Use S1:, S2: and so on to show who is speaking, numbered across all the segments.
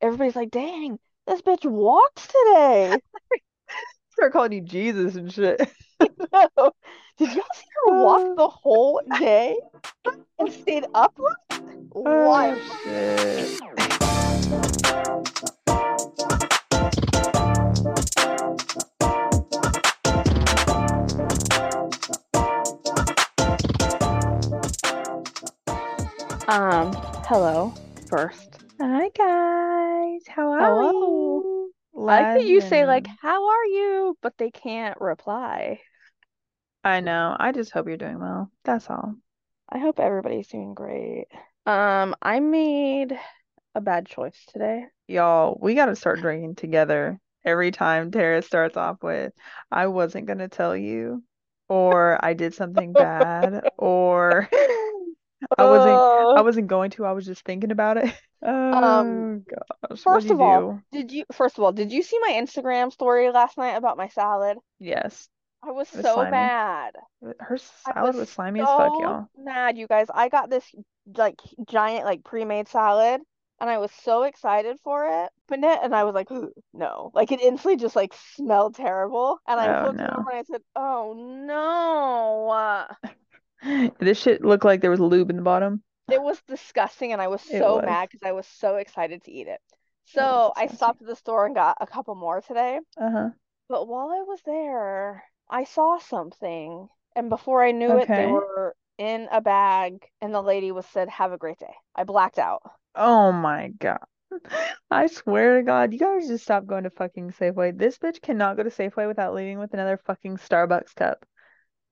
S1: everybody's like, dang, this bitch walked today.
S2: Start calling you Jesus and shit.
S1: No. Did y'all see her walk the whole day and stayed up? late? Wild.
S2: Oh, shit.
S1: Um, hello first.
S2: Hi guys, how are
S1: Hello.
S2: you?
S1: I like that you say like,
S2: Lemon.
S1: how are you? But they can't reply.
S2: I know. I just hope you're doing well. That's all.
S1: I hope everybody's doing great. Um, I made a bad choice today.
S2: Y'all, we gotta start drinking together every time Tara starts off with, I wasn't gonna tell you, or I did something bad, or I wasn't I
S1: Oh.
S2: wasn't going to, I was just thinking about it.
S1: Um,
S2: Oh gosh,
S1: first
S2: what'd you
S1: of all-
S2: do?
S1: Did you, first of all, did you see my Instagram story last night about my salad?
S2: Yes.
S1: I was
S2: It was
S1: so
S2: slimy.
S1: mad.
S2: Her
S1: I
S2: salad
S1: was
S2: was slimy as fuck,
S1: so
S2: y'all.
S1: mad, you guys. I got this like giant like pre-made salad and I was so excited for it. But net and I was like, "Ugh, no. Like it instantly just like smelled terrible. And I
S2: Oh,
S1: looked it
S2: no.
S1: over and I said, Oh no. uh,
S2: This shit looked like there was lube in the bottom.
S1: It was disgusting and I was
S2: It
S1: so
S2: was.
S1: mad because I was so excited to eat it.
S2: It was
S1: So I
S2: disgusting.
S1: stopped at the store and got a couple more today.
S2: Uh-huh.
S1: But while I was there, I saw something, and before I knew it, they
S2: Okay.
S1: were in a bag, and the lady was said, "Have a great day." I blacked out.
S2: Oh my God. I swear to God, you guys just stop going to fucking Safeway. This bitch cannot go to Safeway without leaving with another fucking Starbucks cup.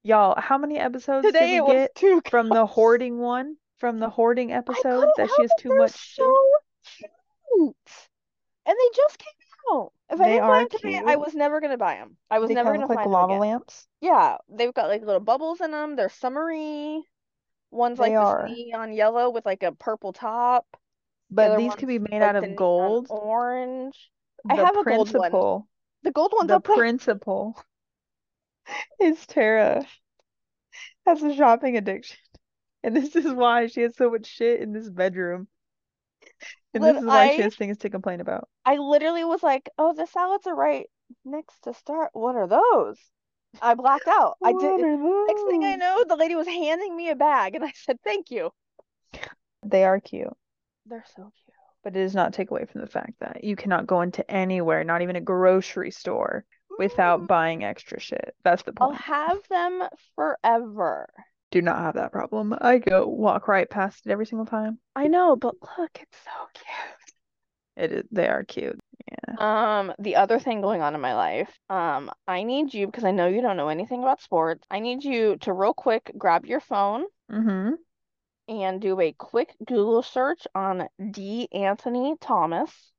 S2: Y'all, how many episodes did
S1: Today
S2: we
S1: it was
S2: get
S1: two
S2: from the
S1: cups.
S2: hoarding one? From the hoarding
S1: I
S2: episode
S1: couldn't
S2: that she
S1: help
S2: has
S1: it.
S2: too
S1: They're
S2: much shit?
S1: so cute, and they just came out. If I
S2: They
S1: didn't buy
S2: are
S1: them today, I
S2: cute.
S1: was never gonna buy them. I was
S2: They
S1: never
S2: kind of
S1: gonna
S2: look
S1: find
S2: like
S1: them
S2: lava
S1: again.
S2: lamps.
S1: Yeah, they've got like little bubbles in them. They're summery. One's
S2: They
S1: like this
S2: are.
S1: neon yellow with like a purple top. The
S2: But
S1: other
S2: these could
S1: one's
S2: be made
S1: like
S2: out
S1: the
S2: of
S1: neon
S2: gold.
S1: orange. I
S2: The
S1: have a gold one.
S2: principal.
S1: The gold one's
S2: The
S1: up there.
S2: principal is Tara has a shopping addiction. And this is why she has so much shit in this bedroom. And this
S1: Lit
S2: is why she
S1: I
S2: has things to complain about.
S1: I literally was like, "Oh, the salads are right next to start. What are those?" I blacked out. I
S2: What
S1: did.
S2: are
S1: Next thing I
S2: those?
S1: know, the lady was handing me a bag, and I said, "Thank you."
S2: They are cute,
S1: They're so cute.
S2: but it does not take away from the fact that you cannot go into anywhere, not even a grocery store, without
S1: Mm,
S2: buying extra shit. That's the
S1: I'll
S2: point.
S1: have them forever.
S2: Do not have that problem. I go walk right past it every single time.
S1: I know, but look, it's so cute.
S2: It is, they are cute. Yeah.
S1: Um, the other thing going on in my life, um, I need you because I know you don't know anything about sports. I need you to real quick grab your phone.
S2: Mm-hmm.
S1: and do a quick Google search on D. Anthony Thomas,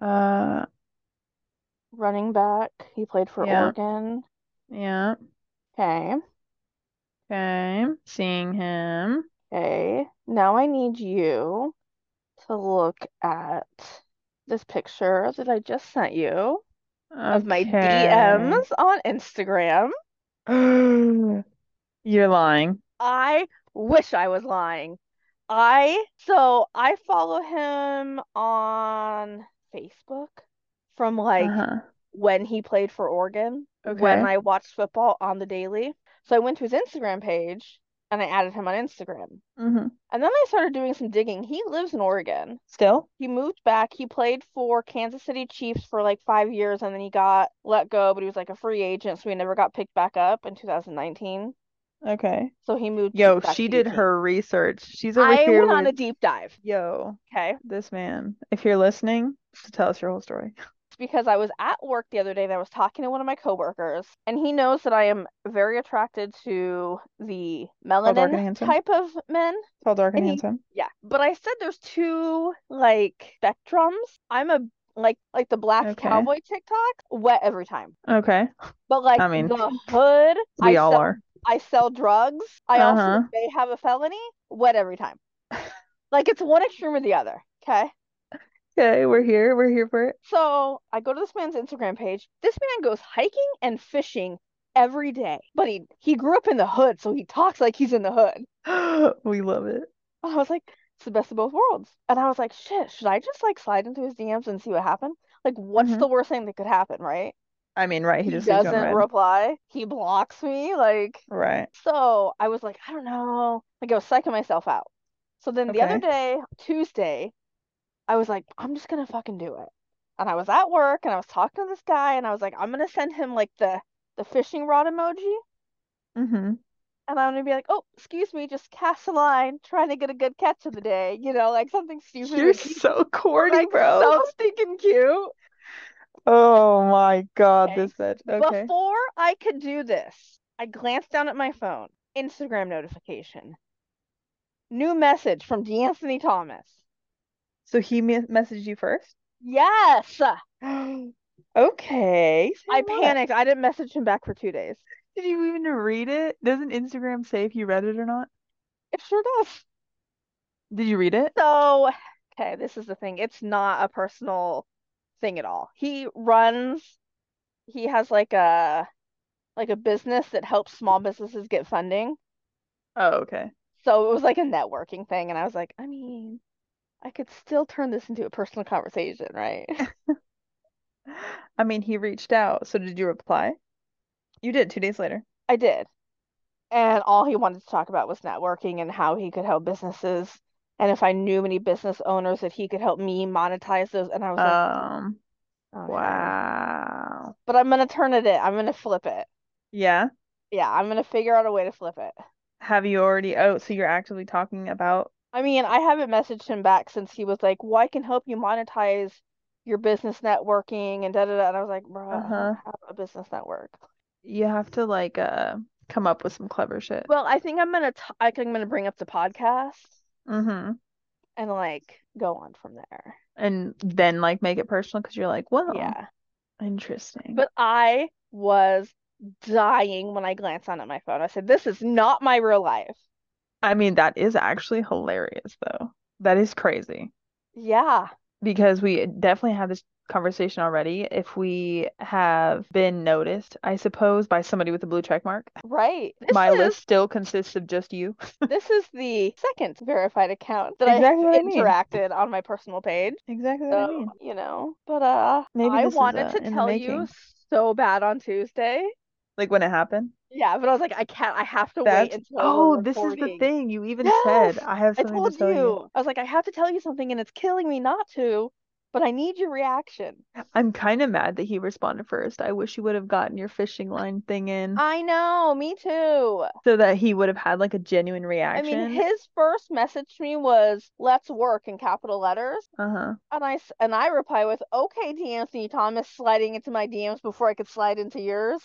S2: Uh,
S1: running back. He played for
S2: yeah.
S1: Oregon.
S2: Yeah.
S1: Okay.
S2: Okay. Seeing him.
S1: Okay. Now I need you to look at this picture that I just sent you of my
S2: Okay.
S1: DMs on Instagram.
S2: You're lying.
S1: I wish I was lying. I so I follow him on Facebook from like
S2: Uh-huh.
S1: when he played for Oregon, when
S2: Okay.
S1: I watched football on the daily. So I went to his Instagram page and I added him on Instagram.
S2: Mm-hmm.
S1: And then I started doing some digging. He lives in Oregon.
S2: Still?
S1: He moved back. He played for Kansas City Chiefs for like five years and then he got let go, but he was like a free agent, so he never got picked back up in 2019.
S2: Okay.
S1: So he moved to,
S2: Yo,
S1: back
S2: she
S1: to
S2: did
S1: UT.
S2: her research. She's over
S1: I
S2: here
S1: went on
S2: with
S1: a deep dive.
S2: yo,
S1: Okay.
S2: this man. If you're listening, to tell us your whole story.
S1: It's because I was at work the other day and I was talking to one of my coworkers, and he knows that I am very attracted to the
S2: Tall, dark,
S1: melanin
S2: and handsome.
S1: type of men.
S2: Tall, dark, and
S1: And he,
S2: handsome.
S1: yeah, but I said there's two like spectrums. I'm a like like the black
S2: Okay.
S1: cowboy TikTok, wet every time.
S2: Okay.
S1: But like
S2: I mean,
S1: the hood, I
S2: we all
S1: sell
S2: are.
S1: I sell drugs. I also
S2: Uh-huh.
S1: may have a felony, wet every time. Like it's one extreme or the other. Okay.
S2: Okay, we're here. We're here for it.
S1: So I go to this man's Instagram page. This man goes hiking and fishing every day, but he he grew up in the hood, so he talks like he's in the hood.
S2: We love it.
S1: I was like, It's the best of both worlds. And I was like, shit, should I just like slide into his DMs and see what happened? Like, what's
S2: Mhm.
S1: the worst thing that could happen, right?
S2: I mean, right, he
S1: He
S2: just leaves you on
S1: doesn't
S2: red.
S1: reply. He blocks me. Like,
S2: Right.
S1: so I was like, I don't know. Like, I was psyching myself out. So then the other
S2: Okay.
S1: day, Tuesday, I was like, I'm just gonna fucking do it. And I was at work and I was talking to this guy and I was like, I'm gonna send him like the the fishing rod emoji
S2: Mm-hmm.
S1: and I'm gonna be like, oh, excuse me, just cast a line, trying to get a good catch of the day, you know, like something stupid
S2: You're
S1: and cute,
S2: so corny,
S1: like
S2: bro.
S1: so stinking cute.
S2: Oh my God,
S1: Okay.
S2: this bitch. Okay.
S1: Before I could do this, I glanced down at my phone. Instagram notification. New message from D'Anthony Thomas.
S2: So he me messaged you first?
S1: Yes.
S2: Okay. Say
S1: I
S2: what?
S1: panicked. I didn't message him back for two days.
S2: Did you even read it? Doesn't Instagram say if you read it or not?
S1: It sure does.
S2: Did you read it?
S1: So, okay, this is the thing. It's not a personal thing at all. He runs, he has like a like a business that helps small businesses get funding.
S2: Oh, okay.
S1: So it was like a networking thing, and I was like, I mean, I could still turn this into a personal conversation, right?
S2: I mean, he reached out. So did you reply? You did two days later.
S1: I did. And all he wanted to talk about was networking and how he could help businesses. And if I knew any business owners, if he could help me monetize those. And I was like,
S2: Um,
S1: okay.
S2: wow.
S1: But I'm gonna turn it in. I'm gonna flip it.
S2: Yeah.
S1: Yeah, I'm gonna figure out a way to flip it.
S2: Have you already? Oh, so you're actively talking about.
S1: I mean, I haven't messaged him back since he was like, "Well, I can help you monetize your business networking and da da da." And I was like, "Bro, I don't
S2: Uh-huh.
S1: have a business network."
S2: You have to like uh come up with some clever shit.
S1: Well, I think I'm gonna t I think I'm gonna bring up the podcast
S2: Mm-hmm.
S1: and like go on from there.
S2: And then like make it personal because you're like, well,
S1: Yeah,
S2: interesting.
S1: but I was dying when I glanced down at my phone. I said, "This is not my real life."
S2: I mean, that is actually hilarious though. That is crazy.
S1: Yeah,
S2: because we definitely had this conversation already. If we have been noticed, I suppose, by somebody with a blue check mark,
S1: right. This
S2: my
S1: is
S2: list still consists of just you.
S1: this is the second verified account that I have
S2: Exactly what I mean.
S1: interacted on my personal page.
S2: Exactly what I
S1: So,
S2: mean.
S1: you know, but uh
S2: Maybe
S1: I
S2: this is
S1: wanted
S2: uh
S1: to
S2: in the
S1: tell you
S2: making.
S1: so bad on Tuesday.
S2: Like when it happened.
S1: Yeah, but I was like, I can't, I have to wait
S2: That's
S1: until we're
S2: oh, this is the
S1: recording.
S2: thing. You even said,
S1: Yes,
S2: I have
S1: I
S2: something to
S1: told
S2: tell you.
S1: you. I was like, I have to tell you something and it's killing me not to, but I need your reaction.
S2: I'm kind of mad that he responded first. I wish you would have gotten your fishing line thing in
S1: I know, me too.
S2: so that he would have had like a genuine
S1: I mean,
S2: reaction.
S1: his first message to me was, "Let's work" in capital letters.
S2: Uh-huh.
S1: And I s- and I reply with, "Okay, D'Anthony Thomas sliding into my DMs before I could slide into yours."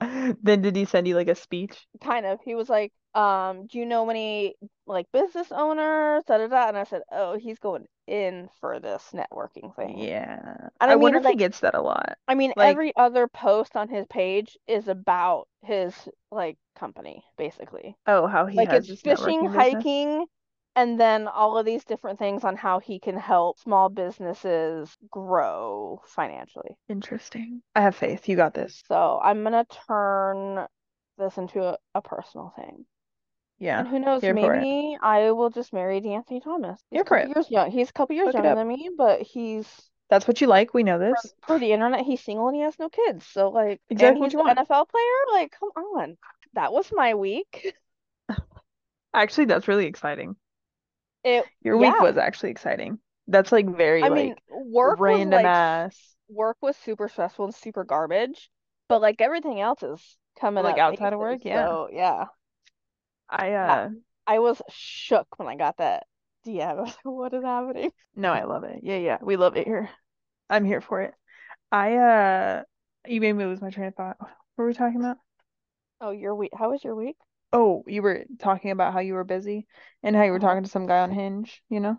S2: Then did he send you like a speech?
S1: kind of. He was like, um, do you know any like business owners? Da da da. And I said, oh, he's going in for this networking thing.
S2: Yeah.
S1: And I
S2: I wonder
S1: mean,
S2: if he
S1: like,
S2: gets that a lot.
S1: I mean,
S2: Like,
S1: every other post on his page is about his like company, basically.
S2: oh, how he
S1: Like
S2: has
S1: it's
S2: this
S1: fishing,
S2: networking business.
S1: hiking, and then all of these different things on how he can help small businesses grow financially.
S2: Interesting. I have faith. You got this.
S1: So I'm gonna turn this into a, a personal thing.
S2: Yeah.
S1: And who knows,
S2: Here for it.
S1: maybe I will just marry D'Anthony Thomas. He's a
S2: Here for
S1: couple
S2: it.
S1: years young. He's a couple years
S2: Look it
S1: younger
S2: up.
S1: than me, but he's
S2: That's what you like. We know
S1: per,
S2: this.
S1: per the internet, he's single and he has no kids. So like, and
S2: Exactly what
S1: he's
S2: you
S1: an
S2: want.
S1: NFL player. Like, come on. That was my week.
S2: Actually, that's really exciting.
S1: It,
S2: Your week
S1: yeah.
S2: was actually exciting. That's like very
S1: I mean,
S2: like
S1: work was
S2: random
S1: like, s-
S2: ass,
S1: work was super stressful and super garbage, but like everything else is coming
S2: like
S1: up
S2: outside of
S1: nicely.
S2: work. Yeah.
S1: So yeah,
S2: I
S1: yeah.
S2: uh
S1: I was shook when I got that DM. I was like, what is happening?
S2: no, I love it. Yeah, yeah. We love it here. I'm here for it. I uh you made me lose my train of thought. What were we talking about?
S1: Oh, your week. How was your week?
S2: Oh, you were talking about how you were busy and how you were
S1: Uh-huh.
S2: talking to some guy on Hinge, you know?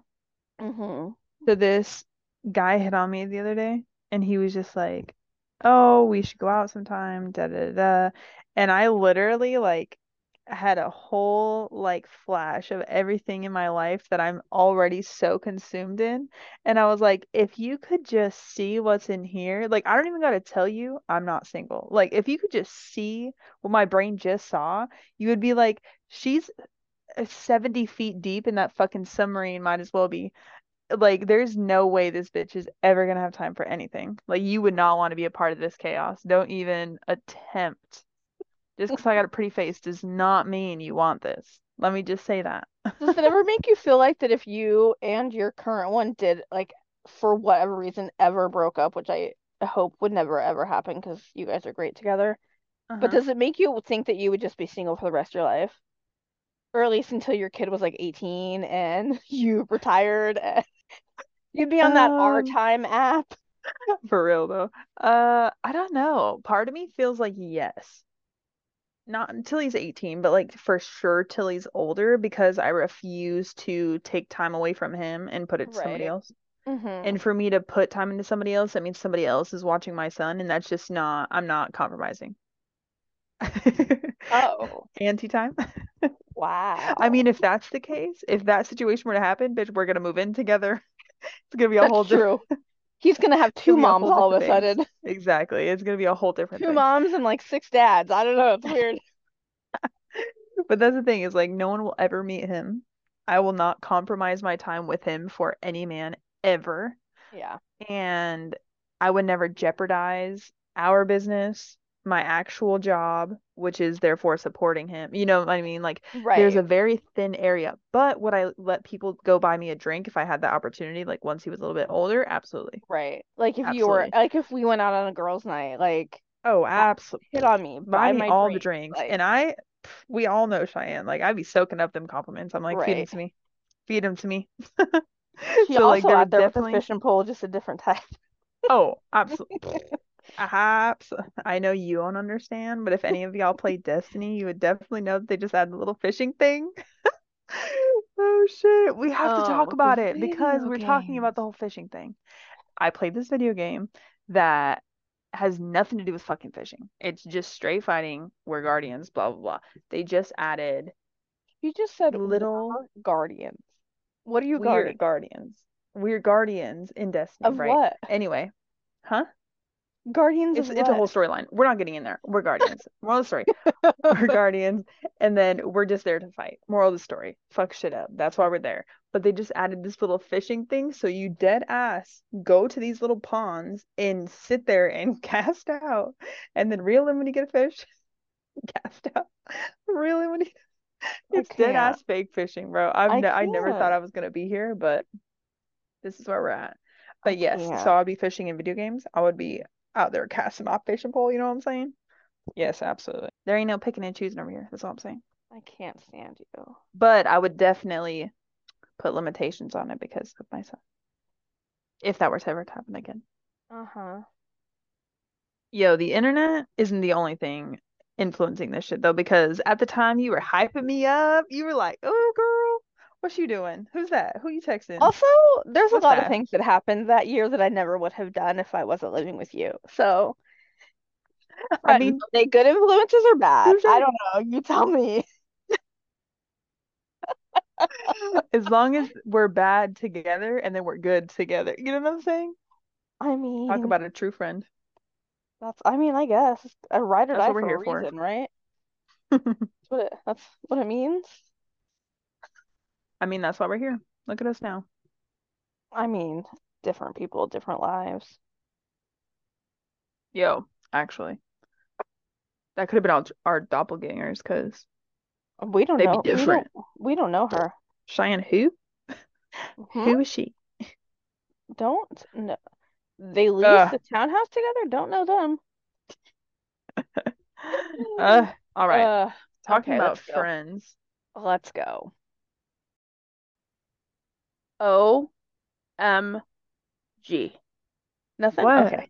S1: Mm-hmm.
S2: So this guy hit on me the other day and he was just like, "Oh, we should go out sometime." Da da da. And I literally like had a whole like flash of everything in my life that I'm already so consumed in. And I was like, "If you could just see what's in here, like I don't even got to tell you, I'm not single. Like if you could just see what my brain just saw, you would be like, she's 70 feet deep in that fucking submarine might as well be like there's no way this bitch is ever gonna have time for anything. Like you would not want to be a part of this chaos. Don't even attempt. Just because I got a pretty face does not mean you want this. Let me just say that.
S1: Does it ever make you feel like that if you and your current one did like for whatever reason ever broke up, which I hope would never ever happen because you guys are great together.
S2: Uh-huh.
S1: But does it make you think that you would just be single for the rest of your life? Or at least until your kid was like 18 and you retired and you'd be on that our
S2: Um,
S1: time app.
S2: For real though. Uh, I don't know. Part of me feels like yes. Not until he's 18, but like for sure till he's older because I refuse to take time away from him and put it to somebody
S1: Right.
S2: else.
S1: hmm
S2: And for me to put time into somebody else, that means somebody else is watching my son, and that's just not, I'm not compromising.
S1: Oh,
S2: Anti-time. I
S1: wow.
S2: mean, if that's the case, if that situation were to happen, bitch, we're gonna move in together. It's gonna be a whole
S1: That's
S2: different,
S1: true. He's gonna have
S2: it's
S1: two
S2: gonna be a
S1: moms
S2: whole
S1: all
S2: different
S1: of a
S2: thing.
S1: sudden.
S2: Exactly. It's gonna be a whole different
S1: Two
S2: thing.
S1: moms and like six dads. I don't know. It's weird.
S2: But that's the thing is like no one will ever meet him. I will not compromise my time with him for any man ever.
S1: Yeah.
S2: And I would never jeopardize our business, my actual job, which is therefore supporting him. You know what I mean? Like there's a
S1: Right.
S2: very thin area. But would I let people go buy me a drink if I had the opportunity? Like once he was a little bit older? Absolutely.
S1: Right. Like if you were
S2: Absolutely.
S1: like if we went out on a girls' night, like
S2: Oh,
S1: ha-
S2: absolutely.
S1: hit on me,
S2: Buy
S1: buy
S2: me
S1: my
S2: all the
S1: drink.
S2: drinks.
S1: Like
S2: And I, pff, we all know Cheyenne. Like, I'd be soaking up them compliments. I'm like, feed them
S1: right.
S2: to me. Feed them to me.
S1: She
S2: So, like,
S1: also
S2: there
S1: out
S2: would
S1: there with a
S2: definitely,
S1: fish and pole, just a different type.
S2: oh, absolutely. Perhaps I know you don't understand, but if any of y'all play Destiny, you would definitely know that they just added a little fishing thing. Oh shit, we have to talk
S1: Oh,
S2: about it because
S1: video
S2: we're talking about
S1: games.
S2: the whole fishing thing. I played this video game that has nothing to do with fucking fishing. It's just straight fighting. We're guardians, blah blah blah. They just added
S1: You just said we're
S2: little
S1: guardians. What are you guarding?
S2: weird guardians. We're guardians in Destiny,
S1: Of
S2: right?
S1: what?
S2: Anyway, huh?
S1: Guardians of
S2: It's it's a
S1: what?
S2: whole storyline. We're not getting in there. We're guardians. Moral of the story. We're guardians, and then we're just there to fight. Moral of the story. Fuck shit up. That's why we're there. But they just added this little fishing thing, so you dead ass go to these little ponds and sit there and cast out, and then reel in when you get a fish, cast out, reel in when you.
S1: I
S2: It's dead
S1: can't.
S2: ass fake fishing, bro. I've
S1: I
S2: ne I never thought
S1: can't.
S2: I was gonna be here, but this is where we're at.
S1: I
S2: But yes, so
S1: can't.
S2: I'll be fishing in video games. I would be out there casting my fishing pole. You know what I'm saying? Yes, absolutely. There ain't no picking and choosing over here. That's all I'm saying.
S1: I can't stand you.
S2: But I would definitely put limitations on it because of my son, if that were to ever happen again.
S1: Uh-huh.
S2: Yo, the internet isn't the only thing influencing this shit though, because at the time you were hyping me up, you were like, "Oh, girl, what you doing? Who's that? Who you texting?
S1: Also, there's a
S2: What's
S1: lot of
S2: that?"
S1: things that happened that year that I never would have done if I wasn't living with you. So,
S2: I
S1: I don't know,
S2: mean,
S1: are they good influences or bad?
S2: who's
S1: I
S2: that?
S1: don't know. You tell me.
S2: As long as we're bad together and then we're good together. You know what I'm saying?
S1: I
S2: Talk
S1: mean,
S2: about a true friend.
S1: that's, I mean, I guess it's a ride or
S2: That's
S1: die
S2: what we're
S1: for a
S2: here for.
S1: reason, right? That's what it, that's what it means.
S2: I mean, that's why we're here. Look at us now.
S1: I mean, different people, different lives.
S2: Yo, actually, that could have been our, our doppelgangers because
S1: We don't
S2: they'd be
S1: know. We don't,
S2: different.
S1: we don't know her.
S2: Cheyenne, who?
S1: Hmm?
S2: Who is she?
S1: Don't know. They leased
S2: Ugh.
S1: the townhouse together. Don't know them.
S2: Ugh. All right.
S1: Uh,
S2: Talking
S1: okay,
S2: about
S1: let's go.
S2: friends.
S1: Let's go. OMG. Nothing?
S2: What?
S1: Okay.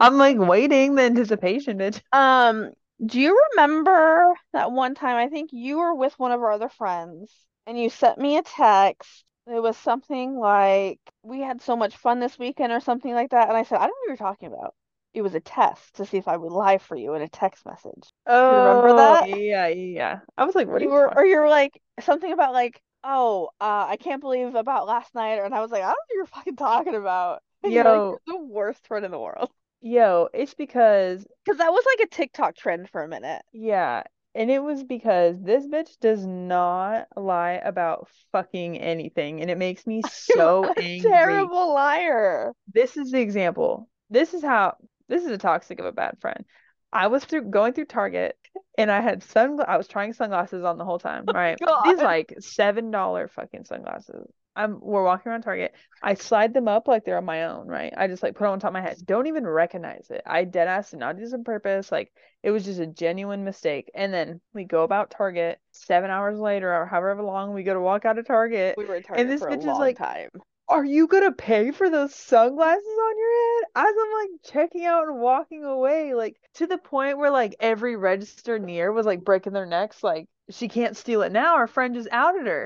S2: I'm like waiting the anticipation, bitch.
S1: Um, do you remember that one time I think you were with one of our other friends and you sent me a text. It was something like we had so much fun this weekend or something like that. And I said, I don't know what you're talking about. It was a test to see if I would lie for you in a text message. Do you remember
S2: Oh,
S1: that?
S2: yeah, yeah. yeah. I was like, what are
S1: You
S2: you
S1: were,
S2: talking?
S1: or you were like something about like, oh, uh, I can't believe about last night, and I was like, I don't know what you're fucking talking about, and you're like,
S2: Yo,
S1: you're the worst friend in the world,
S2: yo, it's because
S1: because that was like a TikTok trend for a minute.
S2: Yeah, And it was because this bitch does not lie about fucking anything. And it makes me so
S1: a
S2: angry.
S1: terrible liar.
S2: This is the example. This is how, this is a toxic of a bad friend. I was through going through Target and I had sun I was trying sunglasses on the whole time, right?
S1: God.
S2: These like seven dollar fucking sunglasses. I'm we're walking around Target. I slide them up like they're on my own, right? I just like put it on top of my head. Don't even recognize it. I dead ass did not do this on purpose. Like it was just a genuine mistake. And then we go about Target seven hours later or however long we go to walk out of Target.
S1: We were in Target
S2: this
S1: for a
S2: bitch is
S1: long
S2: like-
S1: time.
S2: Are you gonna pay for those sunglasses on your head? As I'm like checking out and walking away, like to the point where like every register near was like breaking their necks, like she can't steal it now. Our friend just outed her.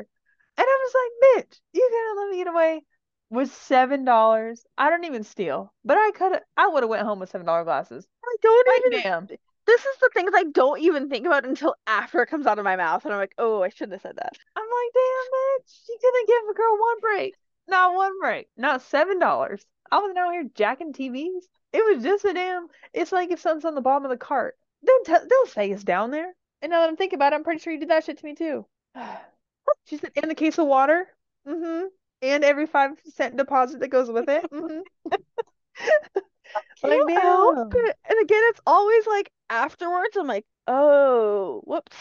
S2: And I was like, bitch, you gonna let me get away with seven dollars? I don't even steal, but I could I would have went home with seven dollar glasses.
S1: I don't
S2: Like,
S1: even.
S2: ma'am,
S1: This is the things I don't even think about until after it comes out of my mouth, and I'm like, oh, I shouldn't have said that.
S2: I'm like, damn, bitch, you gonna give a girl one break. Not one break. Not seven dollars. I wasn't out here jacking TVs. It was just a damn it's like if something's on the bottom of the cart. They'll tell they'll say it's down there. And now that I'm thinking about it, I'm pretty sure you did that shit to me too. she said, in the case of water, mm-hmm. And every five cent deposit that goes with it. Mm-hmm.
S1: Can
S2: Like,
S1: you help
S2: ma'am.
S1: it? And again, it's always like afterwards, I'm like, oh, whoops.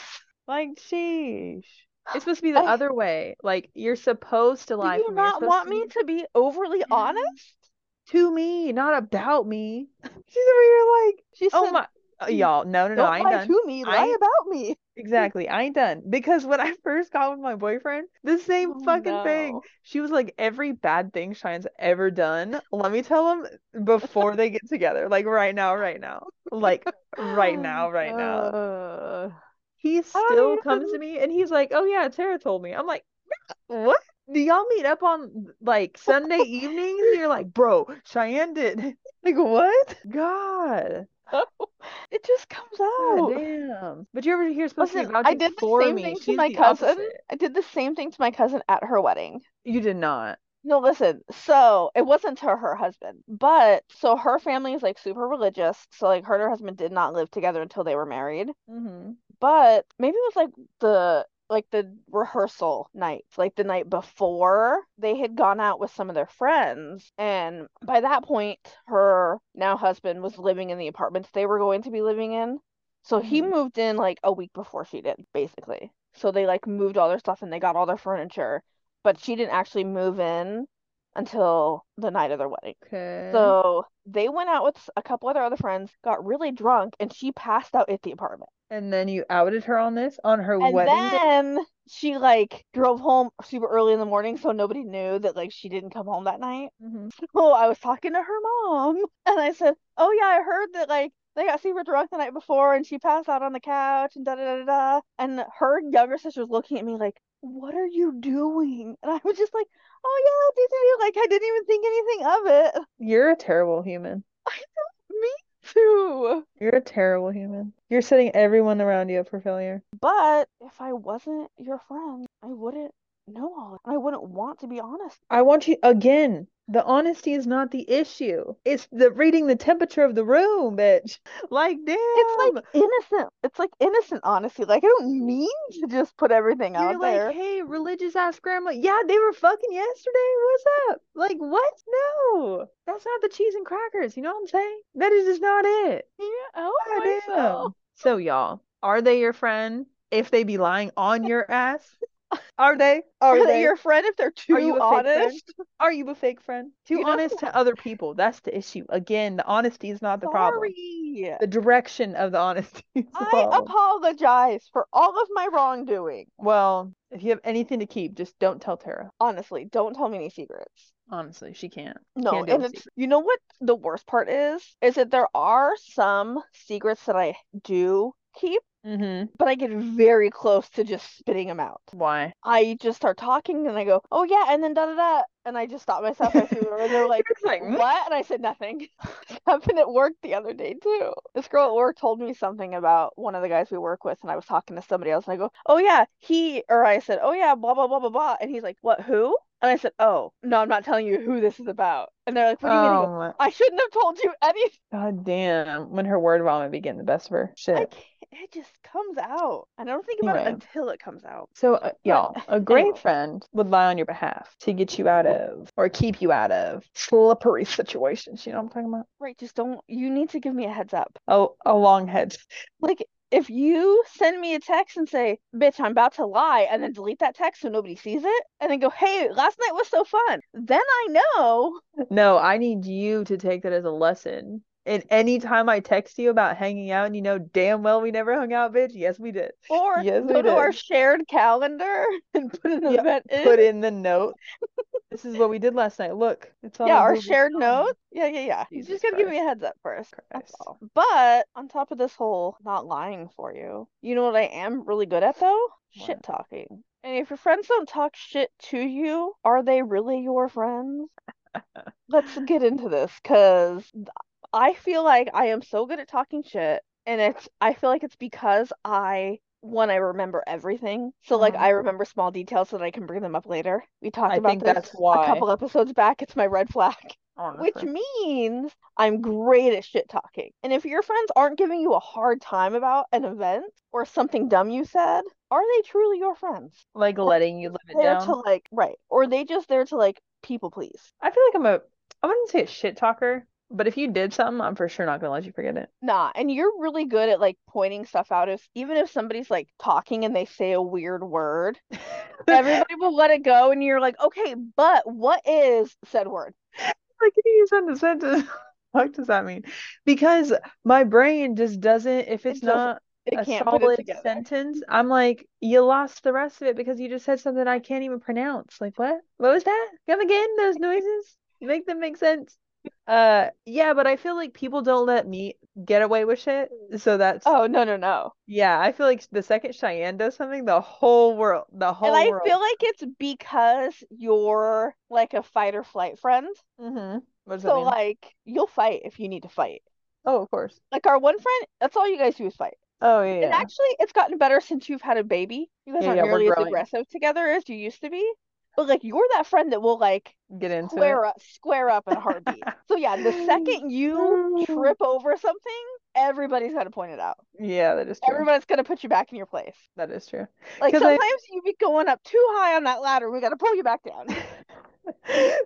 S2: Like, sheesh. It's supposed to be the
S1: I-
S2: other way. Like, you're supposed to
S1: Do
S2: lie.
S1: you
S2: for me. You're
S1: not
S2: supposed
S1: want
S2: to
S1: me to be overly honest?
S2: to me, not about me. She's over here like,
S1: She
S2: oh
S1: said,
S2: my, uh, y'all, no, no, no,
S1: don't
S2: I ain't
S1: lie
S2: done.
S1: to me,
S2: I
S1: lie
S2: ain't-
S1: about me.
S2: Exactly, I ain't done. Because when I first got with my boyfriend, the same
S1: Oh,
S2: fucking thing.
S1: no.
S2: She was like, every bad thing Shine's ever done, let me tell them before they get together. Like right now, right now. Like
S1: Oh,
S2: right now, right now.
S1: Uh,
S2: He
S1: don't
S2: still comes to
S1: even-
S2: me and he's like, oh yeah, Tara told me. I'm like, what? Do y'all meet up on like Sunday evenings? And you're like, bro, Cheyenne did. Like, what? God.
S1: it just comes
S2: God
S1: out.
S2: damn. But you're over here supposed to
S1: Oh, Listen,
S2: be
S1: I
S2: vouching
S1: did the
S2: for
S1: same
S2: me.
S1: thing to
S2: She's
S1: my
S2: the
S1: cousin.
S2: opposite.
S1: I did the same thing to my cousin at her wedding.
S2: You did not.
S1: No, listen. So it wasn't to her husband, but so her family is like super religious. So like her and her husband did not live together until they were married.
S2: Mm-hmm.
S1: But maybe it was like the like the rehearsal night, like the night before they had gone out with some of their friends. And by that point, her now husband was living in the apartments they were going to be living in. So he
S2: Mhm.
S1: moved in like a week before she did, basically. So they like moved all their stuff and they got all their furniture, but she didn't actually move in until the night of their wedding.
S2: Okay.
S1: So they went out with a couple of their other friends, got really drunk, and she passed out at the apartment.
S2: and then you outed her on this on her
S1: And
S2: wedding day?
S1: then she like drove home super early in the morning, so nobody knew that like she didn't come home that night.
S2: Mhm.
S1: So I was talking to her mom, and I said, "Oh yeah, I heard that like they got super drunk the night before, and she passed out on the couch, and da da da da." da." And her younger sister was looking at me like, "What are you doing?" And I was just like, "Oh yeah, I did do like I didn't even think anything of it."
S2: You're a terrible human.
S1: Me too.
S2: You're a terrible human. You're setting everyone around you up for failure.
S1: But if I wasn't your friend, I wouldn't know all. I wouldn't want to be honest.
S2: I want you again. The honesty is not the issue. It's the reading the temperature of the room, bitch. Like, damn.
S1: It's like Um, innocent. It's like innocent honesty. Like I don't mean to just put everything
S2: You're
S1: out
S2: like,
S1: there.
S2: hey, religious ass grandma. Yeah, they were fucking yesterday. What's up? Like, what? No, that's not the cheese and crackers. You know what I'm saying? That is just not it.
S1: Yeah, oh
S2: God
S1: my
S2: damn. So, y'all, are they your friend if they be lying on your ass? Are they? Are,
S1: Are
S2: they?
S1: they your friend if they're too
S2: you a fake friend?
S1: honest?
S2: Are you a fake friend? Too
S1: You know-
S2: honest to other people. That's the issue. Again, the honesty is not the problem.
S1: Sorry.
S2: The direction of the honesty is the
S1: I
S2: problem.
S1: apologize for all of my wrongdoing.
S2: Well, if you have anything to keep, just don't tell Tara.
S1: Honestly, don't tell me any secrets.
S2: Honestly, she can't.
S1: No,
S2: Can't deal
S1: and
S2: with
S1: it's you know what the worst part is? Is that there are some secrets that I do keep,
S2: Mm-hmm.
S1: but I get very close to just spitting them out.
S2: Why?
S1: I just start talking and I go, oh yeah, and then da da da. And I just stop myself. I see where they're like,
S2: It's like, "Mm."
S1: what? And I said nothing. It happened at work the other day too. This girl at work told me something about one of the guys we work with, and I was talking to somebody else, and I go, oh yeah, he or I said, oh yeah, blah blah blah blah blah, and he's like, what? Who? And I said, oh no, I'm not telling you who this is about. And they're like, what do you mean? I go,
S2: Oh my
S1: I shouldn't have told you anything.
S2: god damn! When her word vomit began, the best of her
S1: I
S2: shit.
S1: can't. it just comes out. I never think about it
S3: Anyway.
S1: until it comes out.
S3: So, uh, y'all, a great
S1: anyway.
S3: friend would lie on your behalf to get you out of or keep you out of slippery situations. You know what I'm talking about?
S1: Right, just don't you need to give me a heads up.
S3: Oh, a long head.
S1: Like if you send me a text and say, "Bitch, I'm about to lie," and then delete that text so nobody sees it, and then go, "Hey, last night was so fun." Then I know.
S2: No, I need you to take that as a lesson. And any time I text you about hanging out and you know damn well we never hung out, bitch, yes, we did.
S1: Or
S3: Yes, we
S1: go to our
S3: did.
S1: shared calendar and put an
S2: Yeah,
S1: event in.
S2: Put in the note. This is what we did last night. Look, it's on
S1: Yeah,
S2: the
S1: our
S2: Google
S1: shared
S2: Calendar.
S1: note. Yeah, yeah, yeah. You
S2: Jesus
S1: just gotta give me a heads up first. That's
S2: Oh Christ.
S1: all. Uh, But on top of this whole not lying for you, you know what I am really good at though? Shit talking. And if your friends don't talk shit to you, are they really your friends? Let's get into this because I feel like I am so good at talking shit, and it's I feel like it's because I one I remember everything, so like
S3: Mhm.
S1: I remember small details so that I can bring them up later. We talked
S3: I
S1: about
S3: think
S1: this
S3: that's
S1: a
S3: why.
S1: couple episodes back. It's my red flag, which
S3: honestly.
S1: means I'm great at shit talking. And if your friends aren't giving you a hard time about an event or something dumb you said, are they truly your friends?
S2: Like letting you live it
S1: They're
S2: down.
S1: to like right, or are they just there to like people please?
S2: I feel like I'm a I wouldn't say a shit talker, but if you did something, I'm for sure not gonna let you forget it.
S1: Nah, and you're really good at like pointing stuff out. If even if somebody's like talking and they say a weird word, everybody will let it go, and you're like, okay, but what is said word?
S2: Like, can you use that in a sentence? What does that mean? Because my brain just doesn't, if it's
S1: doesn't-
S2: not
S1: It
S2: a
S1: can't put it
S2: solid
S1: together.
S2: sentence, I'm like, you lost the rest of it because you just said something I can't even pronounce. Like, what? What was that? Come again? Those noises? Make them make sense. Uh, yeah, but I feel like people don't let me get away with shit. So that's,
S1: Oh no no no!
S2: yeah, I feel like the second Cheyenne does something, the whole world, the whole
S1: And I
S2: world.
S1: feel like it's because you're like a fight or flight friend.
S2: Mm-hmm. What does that
S1: So
S2: mean?
S1: like you'll fight if you need to fight.
S2: Oh, of course.
S1: Like our one friend, that's all you guys do is fight.
S2: Oh,
S1: And
S2: yeah.
S1: actually, it's gotten better since you've had a baby. You guys
S2: Yeah,
S1: aren't
S2: yeah, we're
S1: nearly as
S2: growing.
S1: aggressive together as you used to be. But like you're that friend that will like
S2: Get into it.
S1: square up, square up in a heartbeat. So yeah, the second you
S2: Mm.
S1: trip over something, everybody's gonna point it out.
S2: Yeah, that is true.
S1: Everybody's gonna put you back in your place.
S2: That is true.
S1: Like
S2: 'Cause I-
S1: sometimes you be going up too high on that ladder, we gotta pull you back down.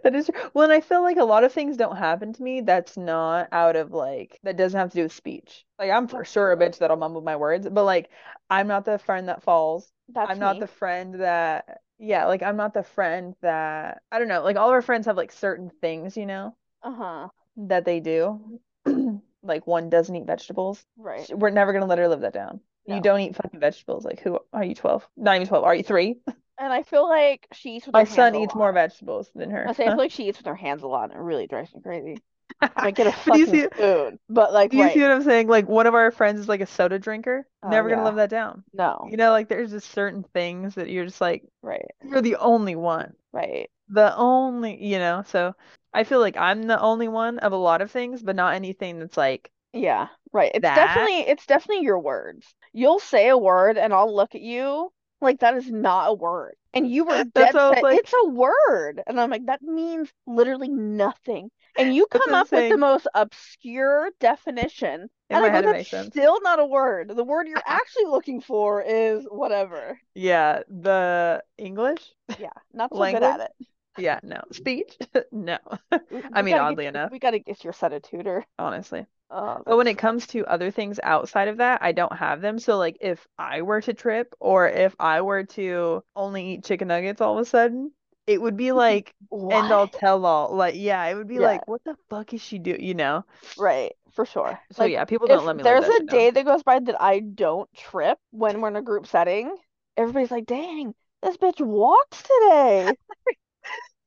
S2: That is true. Well, and I feel like a lot of things don't happen to me that's not out of like that doesn't have to do with speech. Like I'm for sure a bitch that'll mumble my words, but like I'm not the friend that falls.
S1: That's
S2: I'm not
S1: me.
S2: the friend that yeah, like I'm not the friend that I don't know, like all of our friends have like certain things, you know,
S1: Uh-huh.
S2: that they do. Like one doesn't eat vegetables.
S1: Right.
S2: Sh- We're never gonna let her live that down. You
S1: No.
S2: don't eat fucking vegetables. Like who are you 12? Not even 12. Are you 3?
S1: And I feel like she eats with
S2: My
S1: her
S2: son
S1: hands a
S2: eats more
S1: lot.
S2: vegetables than her.
S1: I say I feel like she eats with her hands a lot, and it really drives me crazy. I get a
S2: But you
S1: fucking
S2: see-
S1: spoon, but like,
S2: Do you see
S1: right,
S2: what I'm saying? Like one of our friends is like a soda drinker.
S1: Oh,
S2: Never gonna
S1: yeah. Oh.
S2: live that down.
S1: no,
S2: You know, like there's just certain things that you're just like,
S1: right,
S2: you're the only one.
S1: right.
S2: The only, you know, so I feel like I'm the only one of a lot of things, but not anything that's like,
S1: Yeah, right. It's
S2: That-
S1: definitely it's definitely your words. You'll say a word and I'll look at you like that is not a word. And you were
S2: That's
S1: dead
S2: what I was
S1: set,
S2: like-
S1: it's a word. And I'm like, that means literally nothing. And you
S2: That's
S1: come
S2: what I'm
S1: up with the
S2: saying.
S1: most obscured definition.
S2: in
S1: And I
S2: my
S1: go,
S2: head it
S1: that's
S2: makes sense.
S1: still not a word. The word you're actually looking for is whatever.
S2: Yeah, the English?
S1: Yeah, not so good at
S2: Language?
S1: it.
S2: Yeah, no. Speech? No,
S1: We-
S2: I
S1: we
S2: mean,
S1: gotta get
S2: oddly
S1: you-
S2: enough.
S1: we gotta get your set a tutor.
S2: honestly.
S1: Oh,
S2: But when
S1: that's-
S2: it comes to other things outside of that, I don't have them. So like if I were to trip or if I were to only eat chicken nuggets all of a sudden, it would be like end all
S1: What?
S2: tell all. Like yeah, it would be
S1: Yeah.
S2: like what the fuck is she do? You know?
S1: Right, for sure.
S2: So
S1: Like,
S2: yeah, people don't
S1: if
S2: let me live
S1: there's
S2: that
S1: a
S2: shit down.
S1: day that goes by that I don't trip when we're in a group setting, everybody's like, dang, this bitch walked today.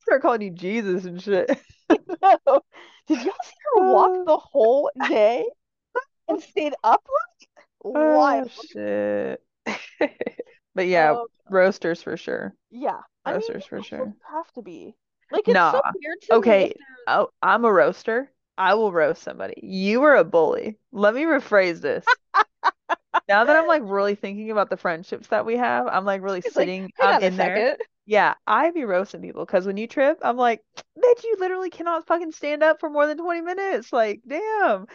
S2: Start calling you Jesus and shit.
S1: Did y'all see her
S2: Uh.
S1: walk the whole day and stayed up like
S2: Oh
S1: wild?
S2: shit. But yeah,
S1: Oh,
S2: roasters for sure.
S1: yeah. I mean,
S2: Roasters for
S1: that's what
S2: sure.
S1: you have to be. Like, it's so
S2: Nah.
S1: weird to me if
S2: Okay.
S1: they're-
S2: Oh, I'm a roaster. I will roast somebody. You are a bully. Let me rephrase this. Now that I'm like really thinking about the friendships that we have, I'm like really
S1: It's like,
S2: sitting
S1: hang
S2: I'm
S1: on a
S2: in there.
S1: second.
S2: Yeah, I be roasting people because when you trip, I'm like, bitch, you literally cannot fucking stand up for more than 20 minutes. Like, damn.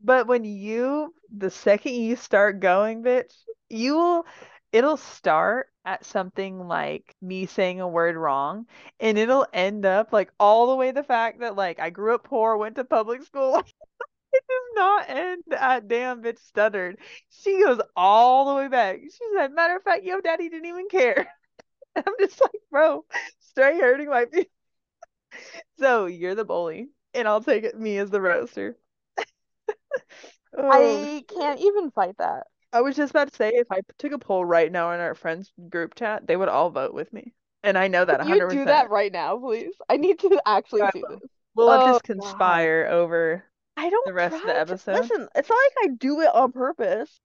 S2: But when you, the second you start going, bitch, you will, it'll start at something like me saying a word wrong, and it'll end up like all the way the fact that like I grew up poor, went to public school. It does not end at damn bitch stuttered. She goes all the way back. She said, matter of fact, yo daddy didn't even care. And I'm just like, bro, straight hurting my feelings. So you're the bully, and I'll take it, me as the roaster. Oh,
S1: I can't even fight that.
S2: I was just about to say, if I took a poll right now in our friends group chat, they would all vote with me, and I know that
S1: Can you
S2: 100%.
S1: do that right now, please? I need to actually
S2: I
S1: do this.
S2: We'll have to
S1: Oh,
S2: just
S1: God.
S2: conspire over.
S1: I don't
S2: the rest of the
S1: try to-
S2: episode?
S1: Listen, it's not like I do it on purpose.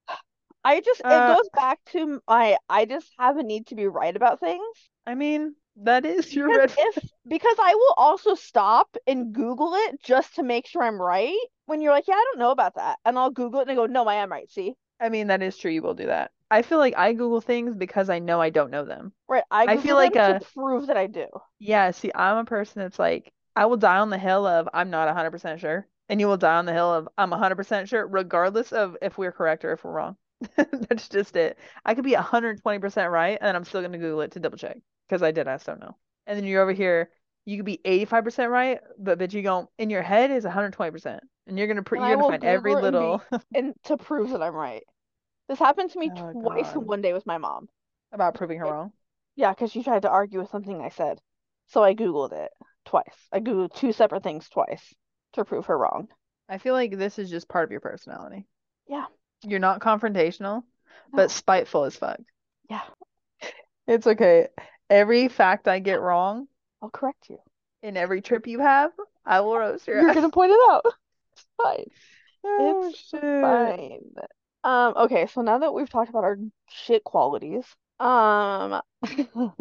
S1: I just it
S2: Uh,
S1: goes back to my I just have a need to be right about things.
S2: I mean, that is your red
S1: Because if because I will also stop and Google it just to make sure I'm right. When you're like, yeah, I don't know about that, and I'll Google it and I go, no, I am right. See,
S2: I mean, that is true. You will do that. I feel like I Google things because I know I don't know them.
S1: right? I
S2: I
S1: Google
S2: feel like,
S1: them
S2: uh,
S1: to prove that I do.
S2: Yeah, see, I'm a person that's like, I will die on the hill of I'm not 100% sure. And you will die on the hill of I'm 100% sure, regardless of if we're correct or if we're wrong. That's just it. I could be 120% right, and I'm still going to Google it to double check because I did. I still know. And then you're over here, you could be 85% right, but bitch, you go in your head is 120%. And you're going to, pr-
S1: And
S2: you're
S1: I
S2: going to
S1: will
S2: find every
S1: Google it and be-
S2: little
S1: And to prove that I'm right, this happened to me
S2: Oh,
S1: twice in
S2: God.
S1: one day with my mom.
S2: about proving her wrong.
S1: Yeah, because she tried to argue with something I said, so I Googled it twice. I Googled two separate things twice to prove her wrong.
S2: I feel like this is just part of your personality.
S1: Yeah.
S2: You're not confrontational,
S1: No.
S2: but spiteful as fuck.
S1: Yeah.
S2: It's okay. Every fact I get wrong
S1: I'll correct you.
S2: in every trip you have, I will roast your
S1: You're
S2: ass.
S1: gonna point it out. It's fine.
S2: Oh, shit.
S1: Fine. Um, okay, so now that we've talked about our shit qualities, um,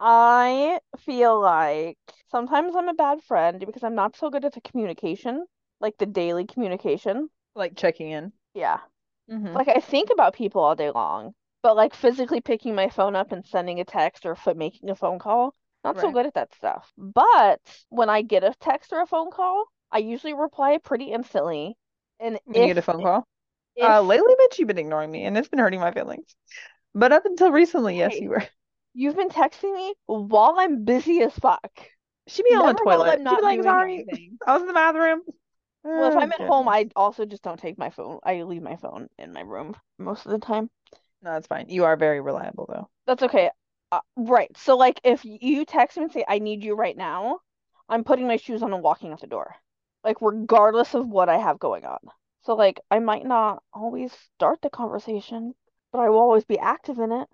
S1: I feel like sometimes I'm a bad friend because I'm not so good at the communication, like the daily communication.
S2: Like checking in.
S1: Yeah.
S2: Mm-hmm.
S1: Like I think about people all day long, but like physically picking my phone up and sending a text or fo- making a phone call, not so
S2: Right.
S1: good at that stuff. But when I get a text or a phone call, I usually reply pretty instantly. And
S2: When you get a
S1: if
S2: phone call.
S1: if
S2: Uh, lately, bitch, you've been ignoring me, and it's been hurting my feelings. But up until recently, yes,
S1: Hey.
S2: you were.
S1: you've been texting me while I'm busy as fuck,
S2: She be on the
S1: never while
S2: toilet.
S1: I'm
S2: She be
S1: not
S2: like,
S1: doing
S2: sorry,
S1: anything.
S2: I was in the bathroom.
S1: Well, if
S2: Oh,
S1: I'm at home,
S2: goodness.
S1: I also just don't take my phone. I leave my phone in my room most of the time.
S2: No, it's fine. You are very reliable, though.
S1: That's okay. Uh, right. So, like, if you text me and say, I need you right now, I'm putting my shoes on and walking out the door. Like, regardless of what I have going on. So, like, I might not always start the conversation, but I will always be active in it.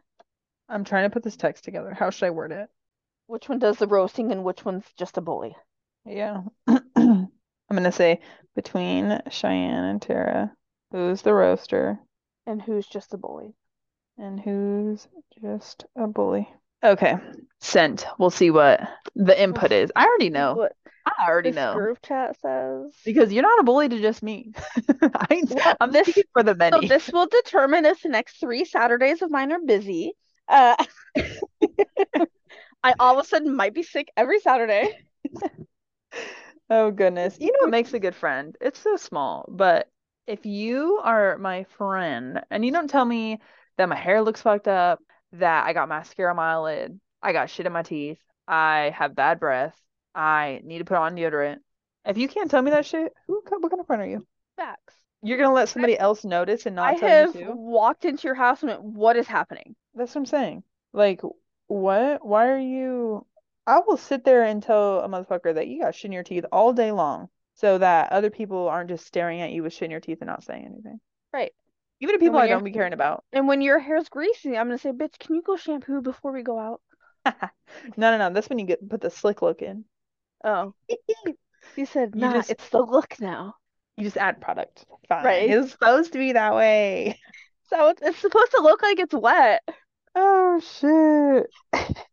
S2: I'm trying to put this text together. How should I word it?
S1: Which one does the roasting and which one's just a bully?
S2: Yeah. I'm gonna say between Cheyenne and Tara, who's the roaster
S1: And who's just a bully?
S2: and who's just a bully? Okay. Sent. We'll see what the input is. I already know.
S1: What
S2: I already
S1: this
S2: know.
S1: group chat says.
S2: Because you're not a bully to just me. I ain't-
S1: Well,
S2: I'm
S1: this-
S2: speaking for the
S1: So
S2: many.
S1: this will determine if the next three Saturdays of mine are busy. Uh, I all of a sudden might be sick every Saturday.
S2: Oh goodness. You know what makes a good friend? It's so small, but if you are my friend and you don't tell me that my hair looks fucked up, that I got mascara on my eyelid, I got shit in my teeth, I have bad breath, I need to put on deodorant. If you can't tell me that shit, who ki- what kind of friend are you?
S1: Facts.
S2: You're gonna let somebody else notice and
S1: I
S2: not tell you
S1: have
S2: too?
S1: walked into your house and went, "What is happening?"
S2: That's what I'm saying. Like, what? Why are you? I will sit there and tell a motherfucker that you got shit in your teeth all day long so that other people aren't just staring at you with shit in your teeth and not saying anything.
S1: Right.
S2: Even to people
S1: when
S2: I
S1: you're-
S2: don't be caring about.
S1: And when your hair's greasy, I'm gonna say, "Bitch, can you go shampoo before we go out?"
S2: No, no, no. That's when you get put the slick look in.
S1: Oh, he said,
S2: You
S1: "Nah,
S2: just-
S1: it's the look now."
S2: You just add product. Fine.
S1: Right.
S2: It's supposed to be that way.
S1: So it's, it's supposed to look like it's wet.
S2: Oh shit.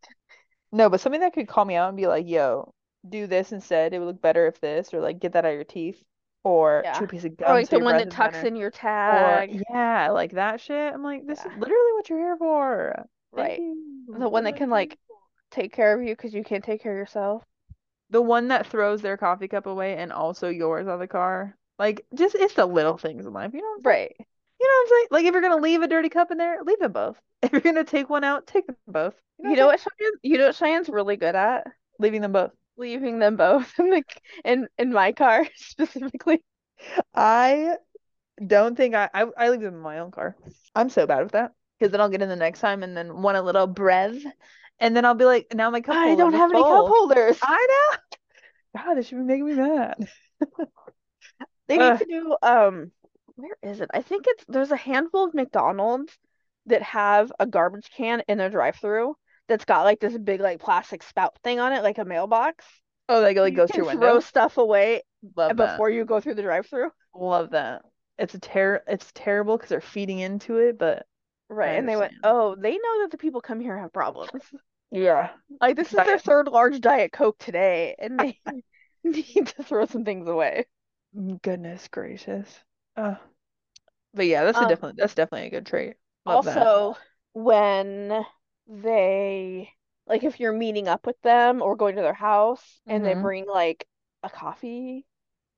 S2: No, but somebody that could call me out and be like, yo, do this instead. It would look better if this, or like get that out of your teeth, or
S1: Yeah.
S2: chew a piece of
S1: Or
S2: gum
S1: like
S2: so
S1: the
S2: your
S1: one
S2: breath
S1: that
S2: is
S1: tucks
S2: better.
S1: in your
S2: Or
S1: tag,
S2: yeah, like that shit. I'm like, this is
S1: Yeah.
S2: literally what you're here for. Thank
S1: right?
S2: you.
S1: The
S2: This
S1: one
S2: is
S1: that
S2: what
S1: can
S2: you're here
S1: like
S2: for.
S1: take care of you because you can't take care of yourself.
S2: The one that throws their coffee cup away and also yours on the car. Like just it's the little things in life. You know what I'm saying?
S1: Right.
S2: You know what I'm saying? Like if you're gonna leave a dirty cup in there, leave them both. If you're gonna take one out, take them both.
S1: You know what Cheyenne, you know what Cheyenne's really good at?
S2: what? Leaving them both.
S1: Leaving them both in the in in my car specifically.
S2: I don't think I, I I leave them in my own car. I'm so bad with that because then I'll get in the next time and then want a little brev, and then I'll be like, now my cup
S1: I
S2: holder's
S1: don't have any cup
S2: full.
S1: holders.
S2: I know. God, this should be making me mad.
S1: They need
S2: Ugh.
S1: to do um where is it? I think it's there's a handful of McDonald's that have a garbage can in their drive-through that's got like this big like plastic spout thing on it, like a mailbox.
S2: Oh, like it like
S1: You
S2: goes
S1: can
S2: through your
S1: throw
S2: window.
S1: stuff away
S2: Love that.
S1: before you go through the drive-through.
S2: Love that. It's a ter it's terrible because they're feeding into it, but
S1: Right, and they went,
S2: understand.
S1: "Oh, they know that the people come here have problems.
S2: yeah.
S1: Like this is their
S2: Diet-
S1: third large Diet Coke today, and they need to throw some things away."
S2: Goodness gracious. Uh, but yeah, that's a
S1: Um,
S2: definitely that's definitely a good trait. Love that.
S1: Also, when they like if you're meeting up with them or going to their house and they
S2: Mhm.
S1: bring like a coffee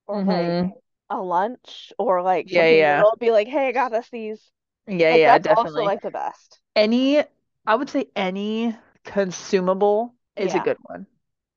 S1: or like
S2: Mhm.
S1: a lunch or like
S2: Yeah,
S1: something
S2: yeah.
S1: little, be like, "Hey, I got us these."
S2: Yeah,
S1: Like
S2: yeah,
S1: that's also
S2: definitely.
S1: like the best.
S2: Any, I would say any consumable is a
S1: Yeah.
S2: good one.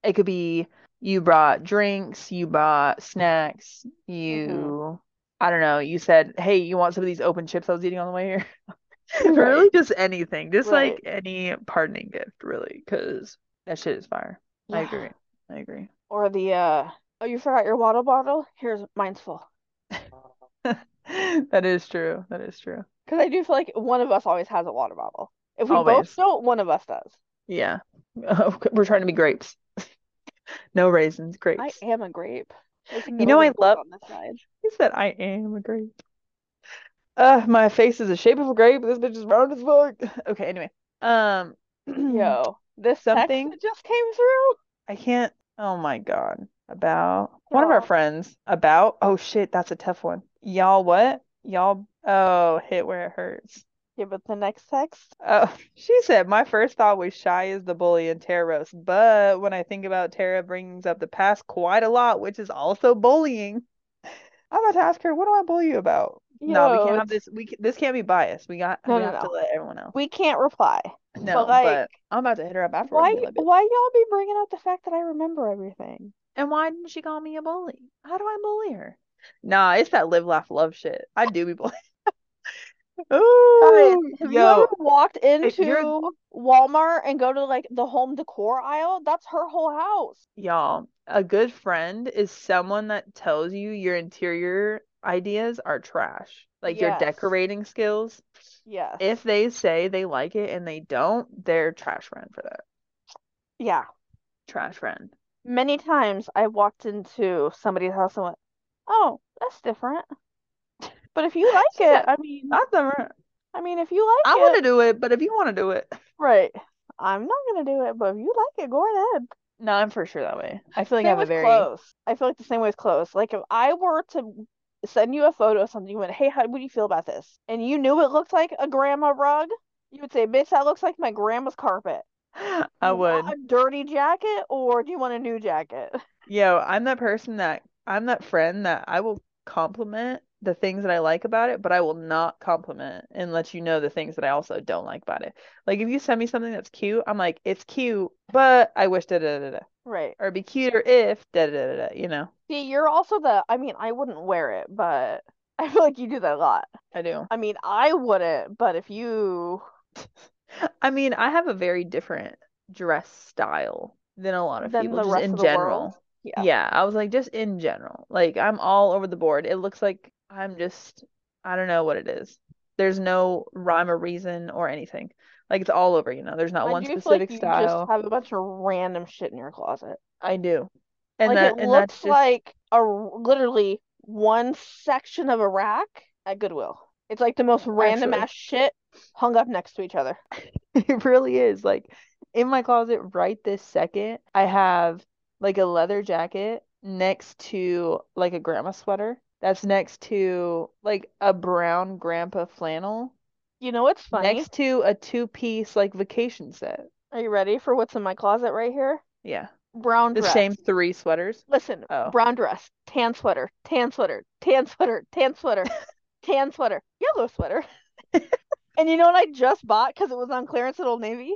S2: It could be you brought drinks, you brought snacks, you, I don't know, you said, hey, you want some of these open chips I was eating on the way here? Really,
S1: Right.
S2: just anything, just like
S1: Right.
S2: any pardoning gift, really, because that shit is fire. I
S1: Yeah.
S2: agree. I agree.
S1: Or the uh, oh, you forgot your water bottle? Here's mine's full.
S2: That is true. That is true.
S1: Because I do feel like one of us always has a water bottle. If we both
S2: Always.
S1: don't, one of us does.
S2: Yeah. We're trying to be grapes. No raisins,
S1: I
S2: grapes.
S1: am a grape. There's
S2: You
S1: no
S2: know I
S1: wrinkles
S2: love-
S1: on this side.
S2: He said, I am a grape. Uh, my face is the shape of a grape. This bitch is round as fuck. Okay, anyway. Um,
S1: Yo, this text
S2: Something-
S1: that just came through.
S2: I can't. Oh my God. About one of our
S1: Y'all.
S2: friends. About. Oh shit, that's a tough one. Y'all what? Y'all. Oh, hit where it hurts.
S1: Yeah, but the next text.
S2: Oh, she said, my first thought was shy is the bully and Tara roast, but when I think about Tara brings up the past quite a lot, which is also bullying. I'm about to ask her, what do I bully you about? No, we
S1: Yo,
S2: can't have
S1: it's-
S2: this. We c- this can't be biased. We got
S1: No,
S2: we
S1: no,
S2: have to
S1: no.
S2: let everyone else.
S1: We can't reply.
S2: No,
S1: like,
S2: but I'm about to hit her up afterwards
S1: Why,
S2: and be like,
S1: why y'all be bringing up the fact that I remember everything?
S2: and why didn't she call me a bully? How do I bully her? Nah, it's that live, laugh, love shit. I do be bullying. Ooh,
S1: Have you
S2: yo,
S1: ever walked
S2: if you're-
S1: into Walmart and go to like the home decor aisle? That's her whole house.
S2: Y'all, a good friend is someone that tells you your interior ideas are trash, like your
S1: Yes.
S2: decorating skills.
S1: Yes.
S2: If they say they like it and they don't, they're trash friend for that.
S1: Yeah.
S2: Trash friend.
S1: Many times I walked into somebody's house and went, "Oh, that's different." But if you like it, I mean,
S2: Not the. r-
S1: I mean, if you like
S2: I
S1: it,
S2: want to do it, but if you want to do it,
S1: right? I'm not gonna do it, but if you like it, go ahead.
S2: no, I'm for sure that way. I feel like
S1: Same
S2: I have a
S1: with
S2: very
S1: clothes. I feel like the same way with clothes. Like if I were to send you a photo of something, you went, "Hey, how what do you feel about this?" and you knew it looked like a grandma rug, you would say, "Bitch, that looks like my grandma's carpet."
S2: I
S1: "You want
S2: would.
S1: a dirty jacket, or do you want a new jacket?
S2: Yo, I'm that person that I'm that friend that I will compliment the things that I like about it, but I will not compliment and let you know the things that I also don't like about it. Like if you send me something that's cute, I'm like, it's cute, but I wish da da da da.
S1: Right.
S2: Or it'd be cuter if da da da da, da, you know.
S1: See, you're also the, I mean, I wouldn't wear it, but I feel like you do that a lot.
S2: I do.
S1: I mean, I wouldn't, but if you,
S2: I mean, I have a very different dress style than a lot of
S1: Than
S2: people,
S1: the
S2: just
S1: rest
S2: in
S1: of the world?
S2: general.
S1: Yeah.
S2: Yeah, I was like, just in general. Like, I'm all over the board. It looks like I'm just, I don't know what it is. There's no rhyme or reason or anything. Like, it's all over, you know. There's not
S1: I
S2: one
S1: do feel like
S2: specific
S1: you
S2: style.
S1: just have a bunch of random shit in your closet.
S2: I do. And
S1: Like
S2: that,
S1: it
S2: and
S1: looks
S2: that's just,
S1: like a r- literally one section of a rack at Goodwill. It's like the most random
S2: Actually.
S1: ass shit hung up next to each other.
S2: It really is. Like in my closet right this second, I have like a leather jacket next to like a grandma sweater. That's next to like a brown grandpa flannel.
S1: You know what's funny?
S2: Next to a two-piece like vacation set.
S1: Are you ready for what's in my closet right here?
S2: Yeah.
S1: brown
S2: The
S1: dress.
S2: same three sweaters.
S1: Listen,
S2: Oh.
S1: brown dress, tan sweater, tan sweater, tan sweater, tan sweater, tan sweater, yellow sweater. And you know what I just bought because it was on clearance at Old Navy?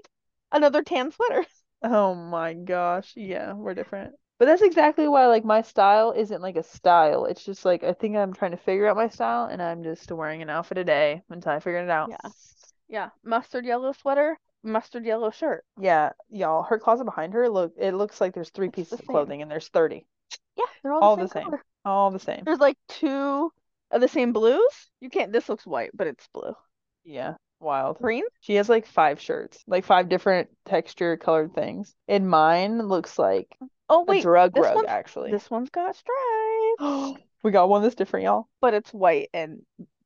S1: Another tan sweater.
S2: Oh my gosh. Yeah, we're different. But that's exactly why like my style isn't like a style. It's just like I think I'm trying to figure out my style and I'm just wearing an outfit a day until I figure it out.
S1: Yeah. Oh. Yeah, mustard yellow sweater, mustard yellow shirt.
S2: Yeah, y'all, her closet behind her look it looks like there's three
S1: It's the
S2: pieces of
S1: same.
S2: clothing and there's 30.
S1: Yeah, they're all the
S2: All
S1: same
S2: the same.
S1: color.
S2: All the same.
S1: There's like two of the same blues. You can't, this looks white, but it's blue.
S2: Yeah, wild.
S1: Green?
S2: She has like five shirts, like five different texture colored things. And mine looks like
S1: Oh,
S2: a
S1: wait,
S2: drug
S1: this
S2: rug,
S1: one's-
S2: actually.
S1: this one's got stripes,
S2: we got one that's different, y'all.
S1: but it's white and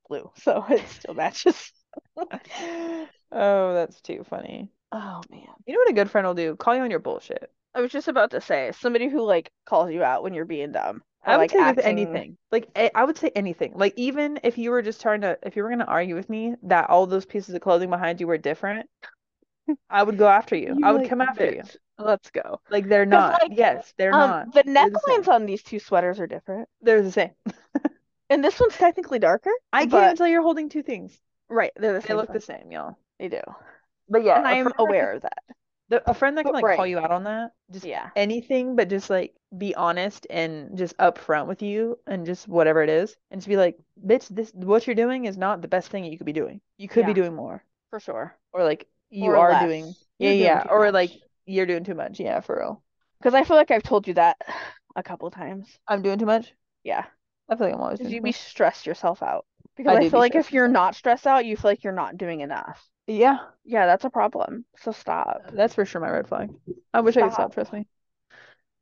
S1: blue, so it still matches.
S2: Oh, that's too funny.
S1: Oh, man.
S2: You know what a good friend will do? Call you on your bullshit.
S1: I was just about to say, somebody who like calls you out when you're being dumb or
S2: I would
S1: like
S2: say with
S1: acting-
S2: anything. Like I, I would say anything. Like even if you were just trying to, if you were going to argue with me that all those pieces of clothing behind you were different, I would go after you.
S1: You're
S2: I would
S1: like,
S2: come after you.
S1: "Bitch, Let's go.
S2: Like they're
S1: 'Cause,
S2: not.
S1: like,
S2: Yes, they're
S1: Um,
S2: not.
S1: the
S2: They're the
S1: necklines on these two sweaters are different,
S2: They're the same.
S1: and this one's technically darker.
S2: I can't
S1: but-
S2: even tell you're holding two things.
S1: Right, they're the
S2: They
S1: same.
S2: look the
S1: thing.
S2: same, y'all.
S1: They do,
S2: But yeah,
S1: and I am aware of that.
S2: The, a friend that can
S1: But
S2: like call
S1: right.
S2: you out on that, just
S1: Yeah,
S2: anything, but just like be honest and just upfront with you and just whatever it is, and just be like, "Bitch, this what you're doing is not the best thing you could be doing. You could be
S1: Yeah.
S2: doing more,
S1: for sure.
S2: or like you
S1: Or
S2: are
S1: less.
S2: doing, yeah,
S1: You're doing
S2: yeah,
S1: too
S2: or
S1: much.
S2: like you're doing too much. Yeah, for real.
S1: Because I feel like I've told you that a couple times.
S2: I'm doing too much.
S1: Yeah,
S2: I feel like I'm always
S1: because
S2: doing
S1: you
S2: too
S1: be
S2: much.
S1: stress yourself out. Because I,
S2: do be
S1: feel like if
S2: stressing
S1: you're
S2: myself.
S1: not stressed out, you feel like you're not doing enough.
S2: Yeah,
S1: Yeah, that's a problem. So stop.
S2: that's for sure my red flag. I wish I could
S1: Stop.
S2: stop. Trust me.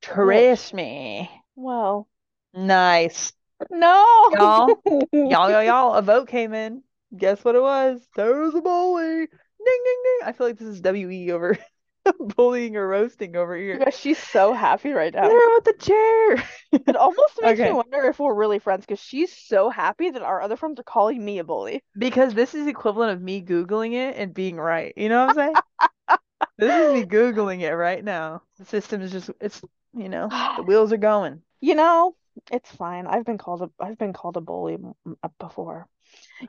S2: Trust me.
S1: Well,
S2: Nice.
S1: no.
S2: Y'all, y'all, y'all, y'all, a vote came in. Guess what it was? There was a bully. Ding, ding, ding. I feel like this is WE over bullying or roasting over here.
S1: Yeah, she's so happy right
S2: Hit
S1: now.
S2: her with the chair.
S1: It almost makes
S2: Okay.
S1: me wonder if we're really friends because she's so happy that our other friends are calling me a bully.
S2: Because this is equivalent of me Googling it and being right. You know what I'm saying? this is me Googling it right now. The system is just, it's, you know, the wheels are going.
S1: You know, it's fine. I've been called a I've been called a bully m- m- uh, before.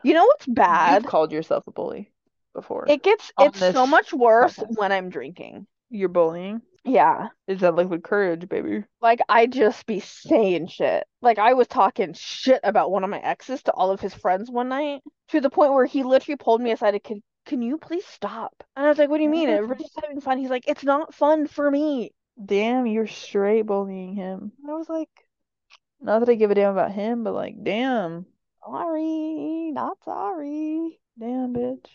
S1: You know what's bad?
S2: You've called yourself a bully before.
S1: It gets
S2: on
S1: it's so
S2: this
S1: much worse
S2: podcast.
S1: when I'm drinking.
S2: You're bullying.
S1: Yeah.
S2: Is that liquid courage, baby?
S1: Like I just be saying shit. Like I was talking shit about one of my exes to all of his friends one night to the point where he literally pulled me aside and can can you please stop? And I was like, what do you mean? Everybody's just having fun. He's like, it's not fun for me.
S2: Damn, you're straight bullying him.
S1: And I was like,
S2: Not that I give a damn about him, but like, damn,
S1: Sorry, not sorry.
S2: damn, bitch.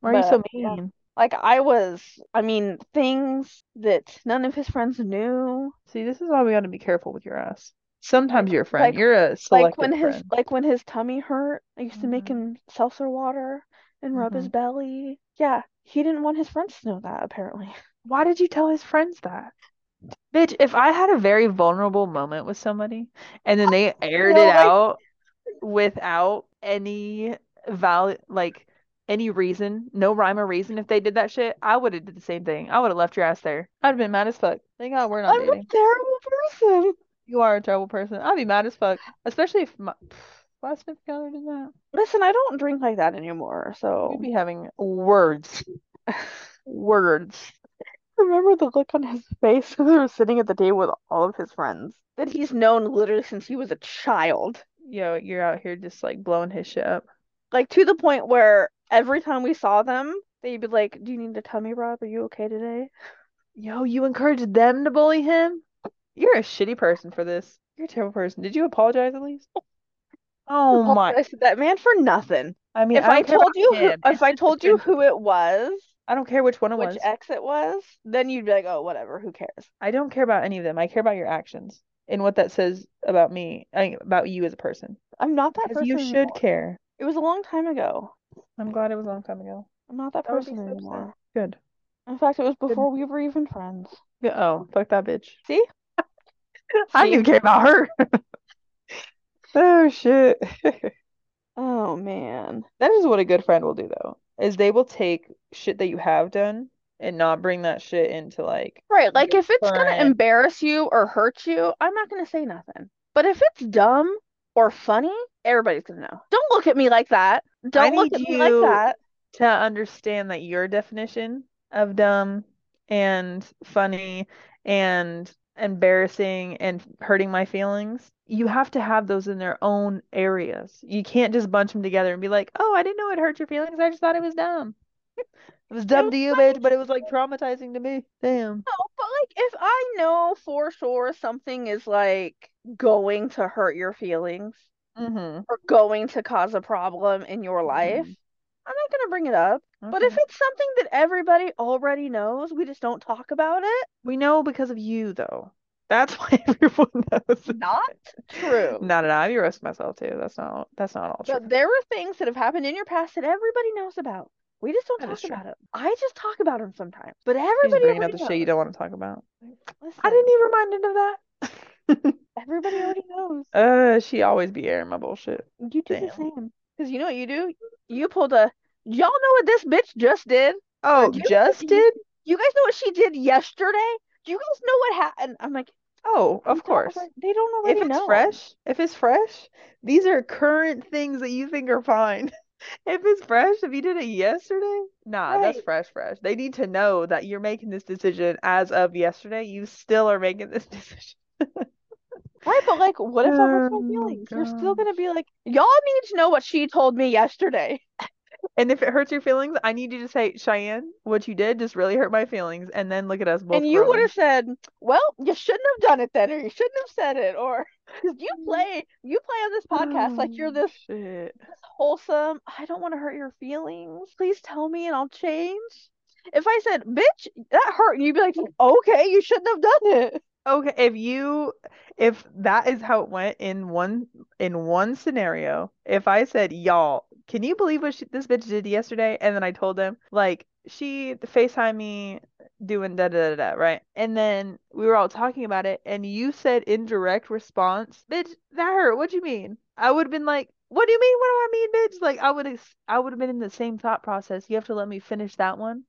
S2: Why are you so
S1: But, yeah.
S2: mean?
S1: Like I was, I mean, things that none of his friends knew.
S2: See, this is why we got to be careful with your ass. Sometimes you're a friend.
S1: like-
S2: You're a
S1: Like
S2: selective
S1: when his
S2: friend.
S1: like when his tummy hurt, I used to make
S2: Mhm.
S1: him seltzer water and rub his
S2: Mhm.
S1: belly. Yeah, he didn't want his friends to know that apparently.
S2: Why did you tell his friends that? Bitch, if I had a very vulnerable moment with somebody and then they aired
S1: No,
S2: it
S1: like-
S2: out without any valid, like any reason, no rhyme or reason, if they did that shit, I would have did the same thing. I would have left your ass there. I'd have been mad as fuck. Thank God we're not
S1: I'm a
S2: dating.
S1: terrible person.
S2: You are a terrible person. I'd be mad as fuck, especially if my last sniff together did that.
S1: Listen, I don't drink like that anymore, so
S2: We'd be having words, words.
S1: remember the look on his face when we were sitting at the table with all of his friends that he's known literally since he was a child.
S2: Yo, you're out here just like blowing his shit up.
S1: like to the point where every time we saw them, they'd be like, "Do you need a tummy rub? Are you okay today?"
S2: Yo, you encouraged them to bully him? You're a shitty person for this. You're a terrible person. Did you apologize at least? Oh my.
S1: I said that man for nothing.
S2: I mean,
S1: if I
S2: I don't care
S1: told
S2: about
S1: you, who,
S2: him.
S1: if
S2: It's
S1: I
S2: just
S1: told
S2: the
S1: you
S2: friend-
S1: who it was,
S2: I don't care which one it
S1: which
S2: was.
S1: ex it was, then you'd be like, "Oh, whatever. Who cares?"
S2: I don't care about any of them. I care about your actions and what that says about me, I, about you as a person.
S1: I'm not that
S2: 'Cause
S1: person
S2: you should
S1: anymore.
S2: care.
S1: It was a long time ago.
S2: I'm glad it was a long time ago.
S1: I'm not that
S2: That would be
S1: person
S2: so sad.
S1: anymore.
S2: Good.
S1: In fact, it was before we were even friends.
S2: Yeah, Oh, fuck that bitch.
S1: See?
S2: I didn't
S1: See?
S2: even care about her. Oh shit.
S1: Oh man.
S2: That is what a good friend will do though, is they will take shit that you have done and not bring that shit into like
S1: Right, like if it's gonna
S2: Different.
S1: embarrass you or hurt you, I'm not gonna say nothing. But if it's dumb or funny, everybody's gonna know. Don't look at me like that. Don't look
S2: need
S1: at me like
S2: you-
S1: that.
S2: to understand that your definition of dumb and funny and embarrassing and hurting my feelings, you have to have those in their own areas. You can't just bunch them together and be like, "Oh, I didn't know it hurt your feelings. I just thought it was dumb." It was dumb
S1: was
S2: to you,
S1: funny.
S2: bitch, but it was like traumatizing to me. Damn.
S1: No, but like if I know for sure something is like going to hurt your feelings
S2: Mm-hmm.
S1: or going to cause a problem in your life,
S2: Mhm.
S1: I'm not gonna bring it up. But if it's something that everybody already knows, we just don't talk about it.
S2: we know because of you, though, that's why everyone knows.
S1: Not true.
S2: Not at all. You roast myself too. That's not. That's not all true.
S1: But there were things that have happened in your past that everybody knows about. We just don't
S2: That is
S1: talk
S2: true.
S1: about it. I just talk about them sometimes, but
S2: You're just
S1: everybody
S2: bringing up
S1: already
S2: the shit you
S1: knows.
S2: don't want to talk about. I
S1: Listen,
S2: didn't even reminded of that.
S1: everybody already knows.
S2: Uh, she always be airing my bullshit.
S1: You do the
S2: Damn.
S1: same. Because you know what you do? You pulled a, y'all know what this bitch just did?
S2: Oh,
S1: you-
S2: just
S1: you-
S2: did?
S1: You guys know what she did yesterday? Do you guys know what happened? I'm like,
S2: Oh,
S1: "You
S2: of
S1: don't
S2: course.
S1: alre- they don't
S2: If
S1: already
S2: it's
S1: know.
S2: fresh, if it's fresh, these are current things that you think are fine. If it's fresh, if you did it yesterday, nah, that's
S1: Right.
S2: fresh, fresh. They need to know that you're making this decision as of yesterday. You still are making this decision.
S1: Right, but like, what if that hurts my
S2: Oh my
S1: feelings? You're still gonna be like, y'all need to know what she told me yesterday.
S2: And if it hurts your feelings, I need you to say, Cheyenne, what you did just really hurt my feelings. And then look at us both
S1: And you would
S2: growing.
S1: have said, "Well, you shouldn't have done it then, or you shouldn't have said it, or 'cause you
S2: Mm-hmm.
S1: play you play on this podcast like you're
S2: Oh,
S1: this
S2: shit.
S1: wholesome. I don't want to hurt your feelings. Please tell me, and I'll change." If I said, "Bitch, that hurt," and you'd be like, "Okay, you shouldn't have done it."
S2: Okay, if you if that is how it went in one in one scenario, if I said, "Y'all, can you believe what she, this bitch did yesterday?" and then I told them like she FaceTime me doing da da da da, right? And then we were all talking about it and you said in direct response, "Bitch, that hurt. What do you mean?" I would have been like, "What do you mean? What do I mean, bitch?" Like I would have I would have been in the same thought process. You have to let me finish that one.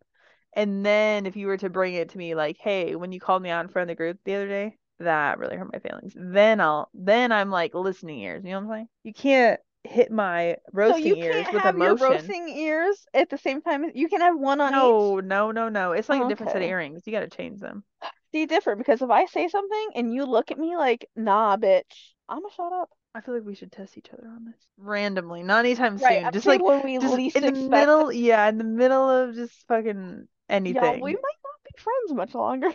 S2: And then if you were to bring it to me like, hey, when you called me out in front of the group the other day, that really hurt my feelings. Then I'll then I'm like listening ears. You know what I'm saying? You can't hit my
S1: So
S2: roasting
S1: you
S2: ears
S1: can't
S2: with
S1: have your
S2: emotion.
S1: roasting ears at the same time. as- You can have one on each. Oh,
S2: No, no, no, no. It's like a different set of
S1: Okay.
S2: earrings. You gotta change them.
S1: See, different because if I say something and you look at me like, "Nah, bitch," I'ma shut up.
S2: I feel like we should test each other on this randomly, not anytime
S1: Right?
S2: soon.
S1: I'm
S2: Just
S1: saying
S2: like
S1: when we
S2: just
S1: least
S2: in the
S1: expect it.
S2: middle, yeah, in the middle of just fucking
S1: Yeah, we
S2: anything.
S1: might not be friends much longer.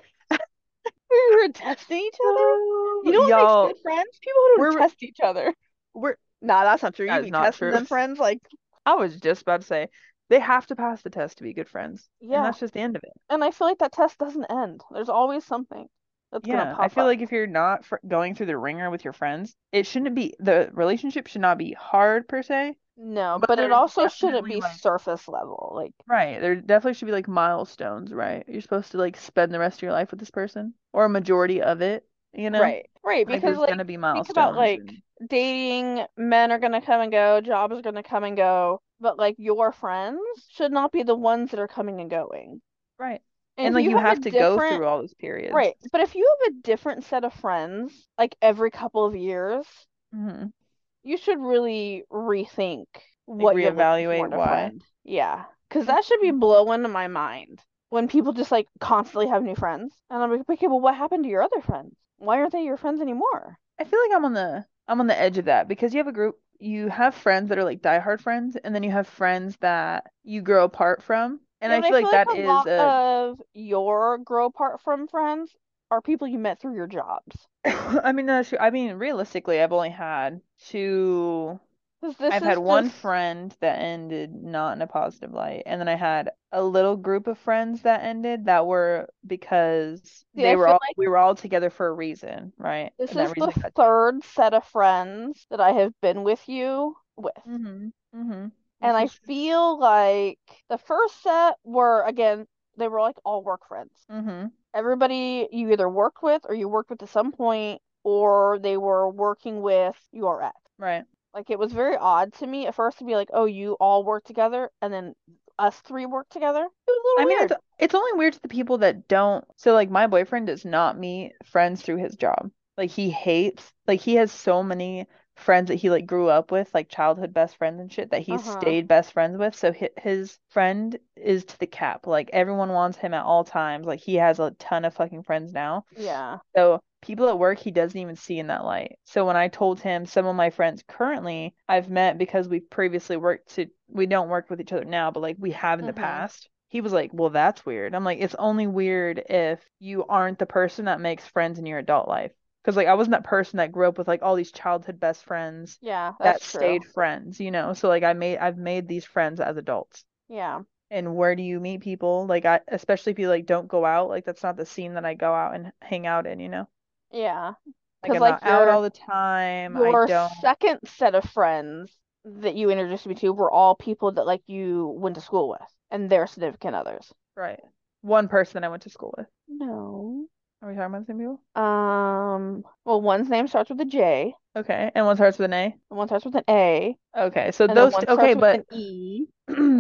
S1: We were testing each other. You know what
S2: Y'all,
S1: makes good friends? People who don't
S2: we're-
S1: test each other.
S2: we're
S1: Nah, that's not true.
S2: That
S1: You
S2: is
S1: be
S2: not
S1: testing
S2: true.
S1: them friends like
S2: I was just about to say they have to pass the test to be good friends.
S1: Yeah.
S2: And that's just the end of it.
S1: and I feel like that test doesn't end. There's always something that's gonna
S2: yeah. I
S1: pop
S2: feel
S1: up.
S2: like if you're not fr going through the ringer with your friends, it shouldn't be the relationship should not be hard per se.
S1: No,
S2: but
S1: but it
S2: there's
S1: also shouldn't
S2: definitely,
S1: be
S2: like-
S1: surface level. Like
S2: Right. There definitely should be like milestones, right? You're supposed to like spend the rest of your life with this person or a majority of it, you know?
S1: right, right,
S2: Like
S1: because
S2: there's
S1: like
S2: gonna be
S1: think
S2: milestones
S1: about like
S2: and-
S1: dating, men are gonna come and go, jobs are gonna come and go, but like your friends should not be the ones that are coming and going.
S2: right.
S1: And if
S2: like you have
S1: a
S2: to go
S1: different
S2: through all those periods.
S1: Right, but if you have a different set of friends, like every couple of years,
S2: hmm
S1: you should really rethink what you're looking for
S2: reevaluate
S1: in a
S2: why.
S1: friend. Yeah, because that should be
S2: Mhm.
S1: blowing my mind when people just like constantly have new friends, and I'm like, okay, well, what happened to your other friends? Why aren't they your friends anymore?
S2: I feel like I'm on the I'm on the edge of that because you have a group, you have friends that are like diehard friends, and then you have friends that you grow apart from. And
S1: Yeah,
S2: I
S1: but
S2: feel like that
S1: a
S2: is
S1: lot
S2: a
S1: of your grow apart from friends are people you met through your jobs.
S2: I mean, that's true. I mean, realistically, I've only had two.
S1: 'Cause this
S2: I've had
S1: is
S2: one
S1: just-
S2: friend that ended not in a positive light, and then I had a little group of friends that ended that were because
S1: See,
S2: they
S1: I
S2: were
S1: feel
S2: all
S1: like-
S2: we were all together for a reason, right?
S1: This
S2: And that
S1: is the
S2: reason got
S1: third set of friends that I have been with you with.
S2: Mm-hmm. Mm-hmm.
S1: And I feel like the first set were, again, they were like all work friends.
S2: Mm-hmm.
S1: Everybody you either worked with or you worked with at some point, or they were working with your ex.
S2: Right.
S1: Like it was very odd to me at first to be like, oh, you all work together. And then us three work together. It was a
S2: I
S1: little
S2: mean,
S1: weird.
S2: it's, it's only weird to the people that don't. So, like, my boyfriend does not meet friends through his job. Like, he hates, like, he has so many friends that he, like, grew up with, like, childhood best friends and shit that he
S1: Uh-huh.
S2: stayed best friends with. So, hi- his friend is to the cap. Like, everyone wants him at all times. Like, he has a ton of fucking friends now.
S1: yeah.
S2: So people at work he doesn't even see in that light. So when I told him some of my friends currently I've met because we've previously worked to we don't work with each other now, but like we have in the
S1: Mhm.
S2: past. He was like, "Well, that's weird." I'm like, "It's only weird if you aren't the person that makes friends in your adult life." Because like I wasn't that person that grew up with like all these childhood best friends
S1: Yeah.
S2: that
S1: That's true.
S2: stayed friends, you know. So like I made I've made these friends as adults
S1: Yeah.
S2: and where do you meet people? Like I especially if you like don't go out, like that's not the scene that I go out and hang out in, you know?
S1: Yeah.
S2: Like
S1: 'Cause,
S2: I'm
S1: like,
S2: not out
S1: your-
S2: all the time. I
S1: Your
S2: don't.
S1: second set of friends that you introduced me to were all people that like you went to school with and their significant others.
S2: Right. One person I went to school with.
S1: No.
S2: Are we talking about the same people?
S1: Um, well, one's name starts with a J,
S2: Okay. And one starts with an A.
S1: and one starts with an A,
S2: Okay. So
S1: and then
S2: those.
S1: one
S2: t- okay,
S1: starts with an
S2: but Hmm.
S1: E,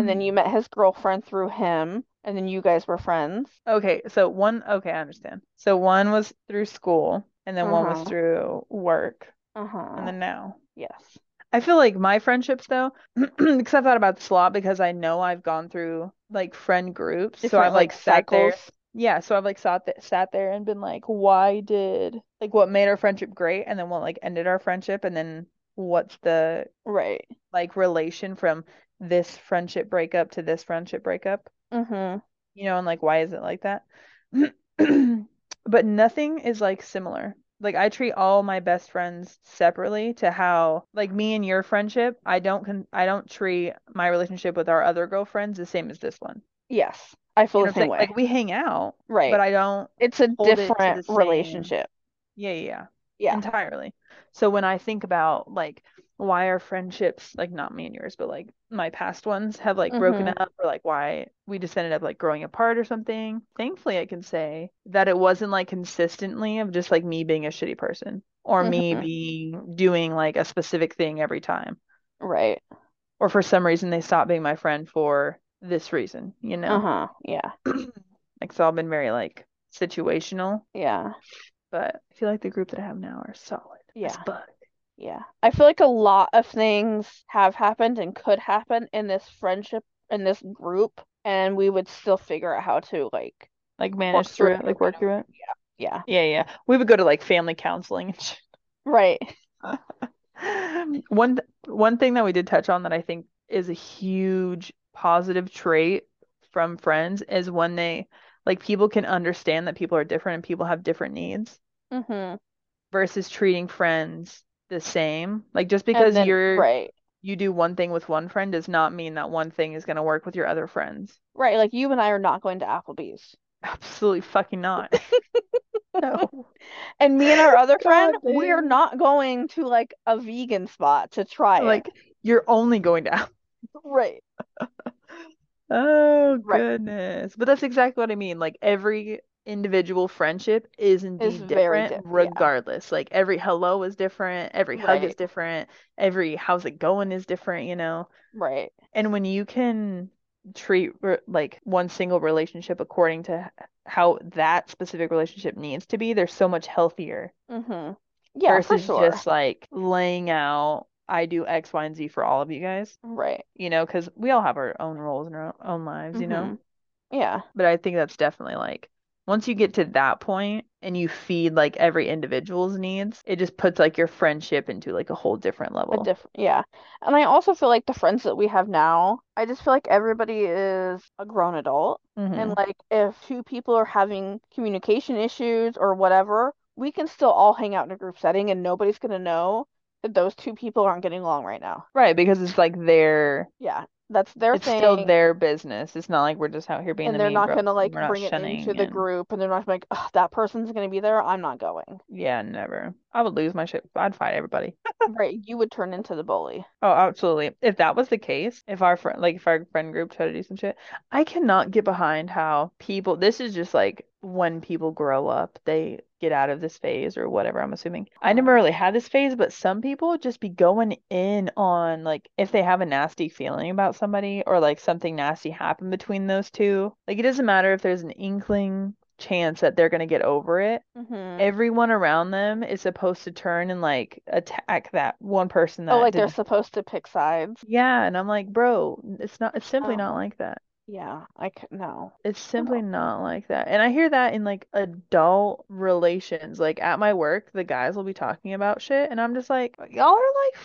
S1: and then you met his girlfriend through him, and then you guys were friends.
S2: Okay. So one. Okay, I understand. So one was through school, and then one was
S1: Uh-huh.
S2: through work,
S1: Uh-huh.
S2: and then now.
S1: Yes.
S2: I feel like my friendships though, because I've thought about this a lot because I know I've gone through like friend groups, so
S1: Different
S2: I've like sat there.
S1: cycles.
S2: Yeah, so I've like sat th sat there and been like, why did like what made our friendship great, and then what like ended our friendship, and then what's the
S1: Right.
S2: like relation from this friendship breakup to this friendship breakup,
S1: Mm-hmm.
S2: you know, and like why is it like that? But nothing is like similar. Like I treat all my best friends separately to how like me and your friendship, I don't con I don't treat my relationship with our other girlfriends the same as this one.
S1: Yes. I
S2: You
S1: feel
S2: know what
S1: the same
S2: I'm saying?
S1: way.
S2: Like we hang out,
S1: Right.
S2: but I don't
S1: It's a
S2: hold it to
S1: different
S2: the
S1: relationship.
S2: yeah, yeah, yeah.
S1: Yeah.
S2: Entirely. So when I think about like why our friendships, like not me and yours, but like my past ones have like broken
S1: Mhm.
S2: up or like why we just ended up like growing apart or something, thankfully I can say that it wasn't like consistently of just like me being a shitty person or me
S1: Mhm.
S2: being doing like a specific thing every time.
S1: Right.
S2: Or for some reason they stopped being my friend for this reason, you know?
S1: Uh-huh. Yeah.
S2: Like it's all been very like situational,
S1: Yeah.
S2: but I feel like the group that I have now are solid as
S1: Yeah.
S2: fuck.
S1: Yeah. I feel like a lot of things have happened and could happen in this friendship, in this group, and we would still figure out how to like,
S2: like manage
S1: through
S2: through
S1: it
S2: it,
S1: or
S2: like work through it.
S1: yeah.
S2: Yeah, yeah. We would go to like family counseling and shit.
S1: Right.
S2: One th- one thing that we did touch on that I think is a huge positive trait from friends is when they like people can understand that people are different and people have different needs
S1: Mm-hmm.
S2: versus treating friends the same. Like just because
S1: then,
S2: you're
S1: right.
S2: you do one thing with one friend does not mean that one thing is going to work with your other friends.
S1: Right. Like you and I are not going to Applebee's.
S2: Absolutely fucking not. No.
S1: And me and our other friend,
S3: God
S1: we're
S3: damn.
S1: not going to like a vegan spot to try
S2: Like
S1: it.
S2: you're only going to
S1: Right.
S2: Oh
S1: Right.
S2: goodness. But that's exactly what I mean. Like every individual friendship is indeed
S1: very
S2: different
S1: diff- yeah.
S2: regardless. Like every hello is different, every hug is
S1: Right.
S2: different, every how's it going is different, you know.
S1: Right.
S2: And when you can treat re like one single relationship according to h- how that specific relationship needs to be, they're so much healthier
S1: Mm-hmm. Yeah, for
S2: versus
S1: sure.
S2: just like laying out I do X, Y, and Z for all of you guys,
S1: Right.
S2: you know, because we all have our own roles and our own lives, you know.
S1: Mhm. Yeah.
S2: But I think that's definitely like once you get to that point and you feed like every individual's needs, it just puts like your friendship into like a whole different
S1: A
S2: level.
S1: different, yeah. And I also feel like the friends that we have now, I just feel like everybody is a grown adult.
S2: Mhm.
S1: And like if two people are having communication issues or whatever, we can still all hang out in a group setting and nobody's gonna know that those two people aren't getting along right now.
S2: Right, because it's like their
S1: Yeah. That's their
S2: it's still
S1: thing.
S2: their business. It's not like we're just out here being
S1: and
S2: the
S1: they're
S2: mean
S1: not
S2: girls
S1: gonna
S2: and
S1: like
S2: we're not
S1: bring it into
S2: shunning
S1: the
S2: and-
S1: group and they're not like, oh, that person's gonna be there, I'm not going.
S2: yeah, never. I would lose my shit. I'd fight everybody.
S1: Right. You would turn into the bully.
S2: Oh, absolutely. If that was the case, if our friend, like, if our friend group tried to do some shit, I cannot get behind how people, this is just like when people grow up, they get out of this phase or whatever, I'm assuming. I never really had this phase, but some people just be going in on like if they have a nasty feeling about somebody or like something nasty happened between those two. Like it doesn't matter if there's an inkling chance that they're going to get over it.
S1: Mm-hmm.
S2: Everyone around them is supposed to turn and like attack that one person that
S1: Oh, like
S2: did
S1: they're supposed to pick sides.
S2: Yeah, and I'm like, bro, it's not it's simply
S1: Oh.
S2: not like that.
S1: Yeah, I could no.
S2: It's simply not like that. And I hear that in like adult relations. Like at my work, the guys will be talking about shit, and I'm just like, y'all are like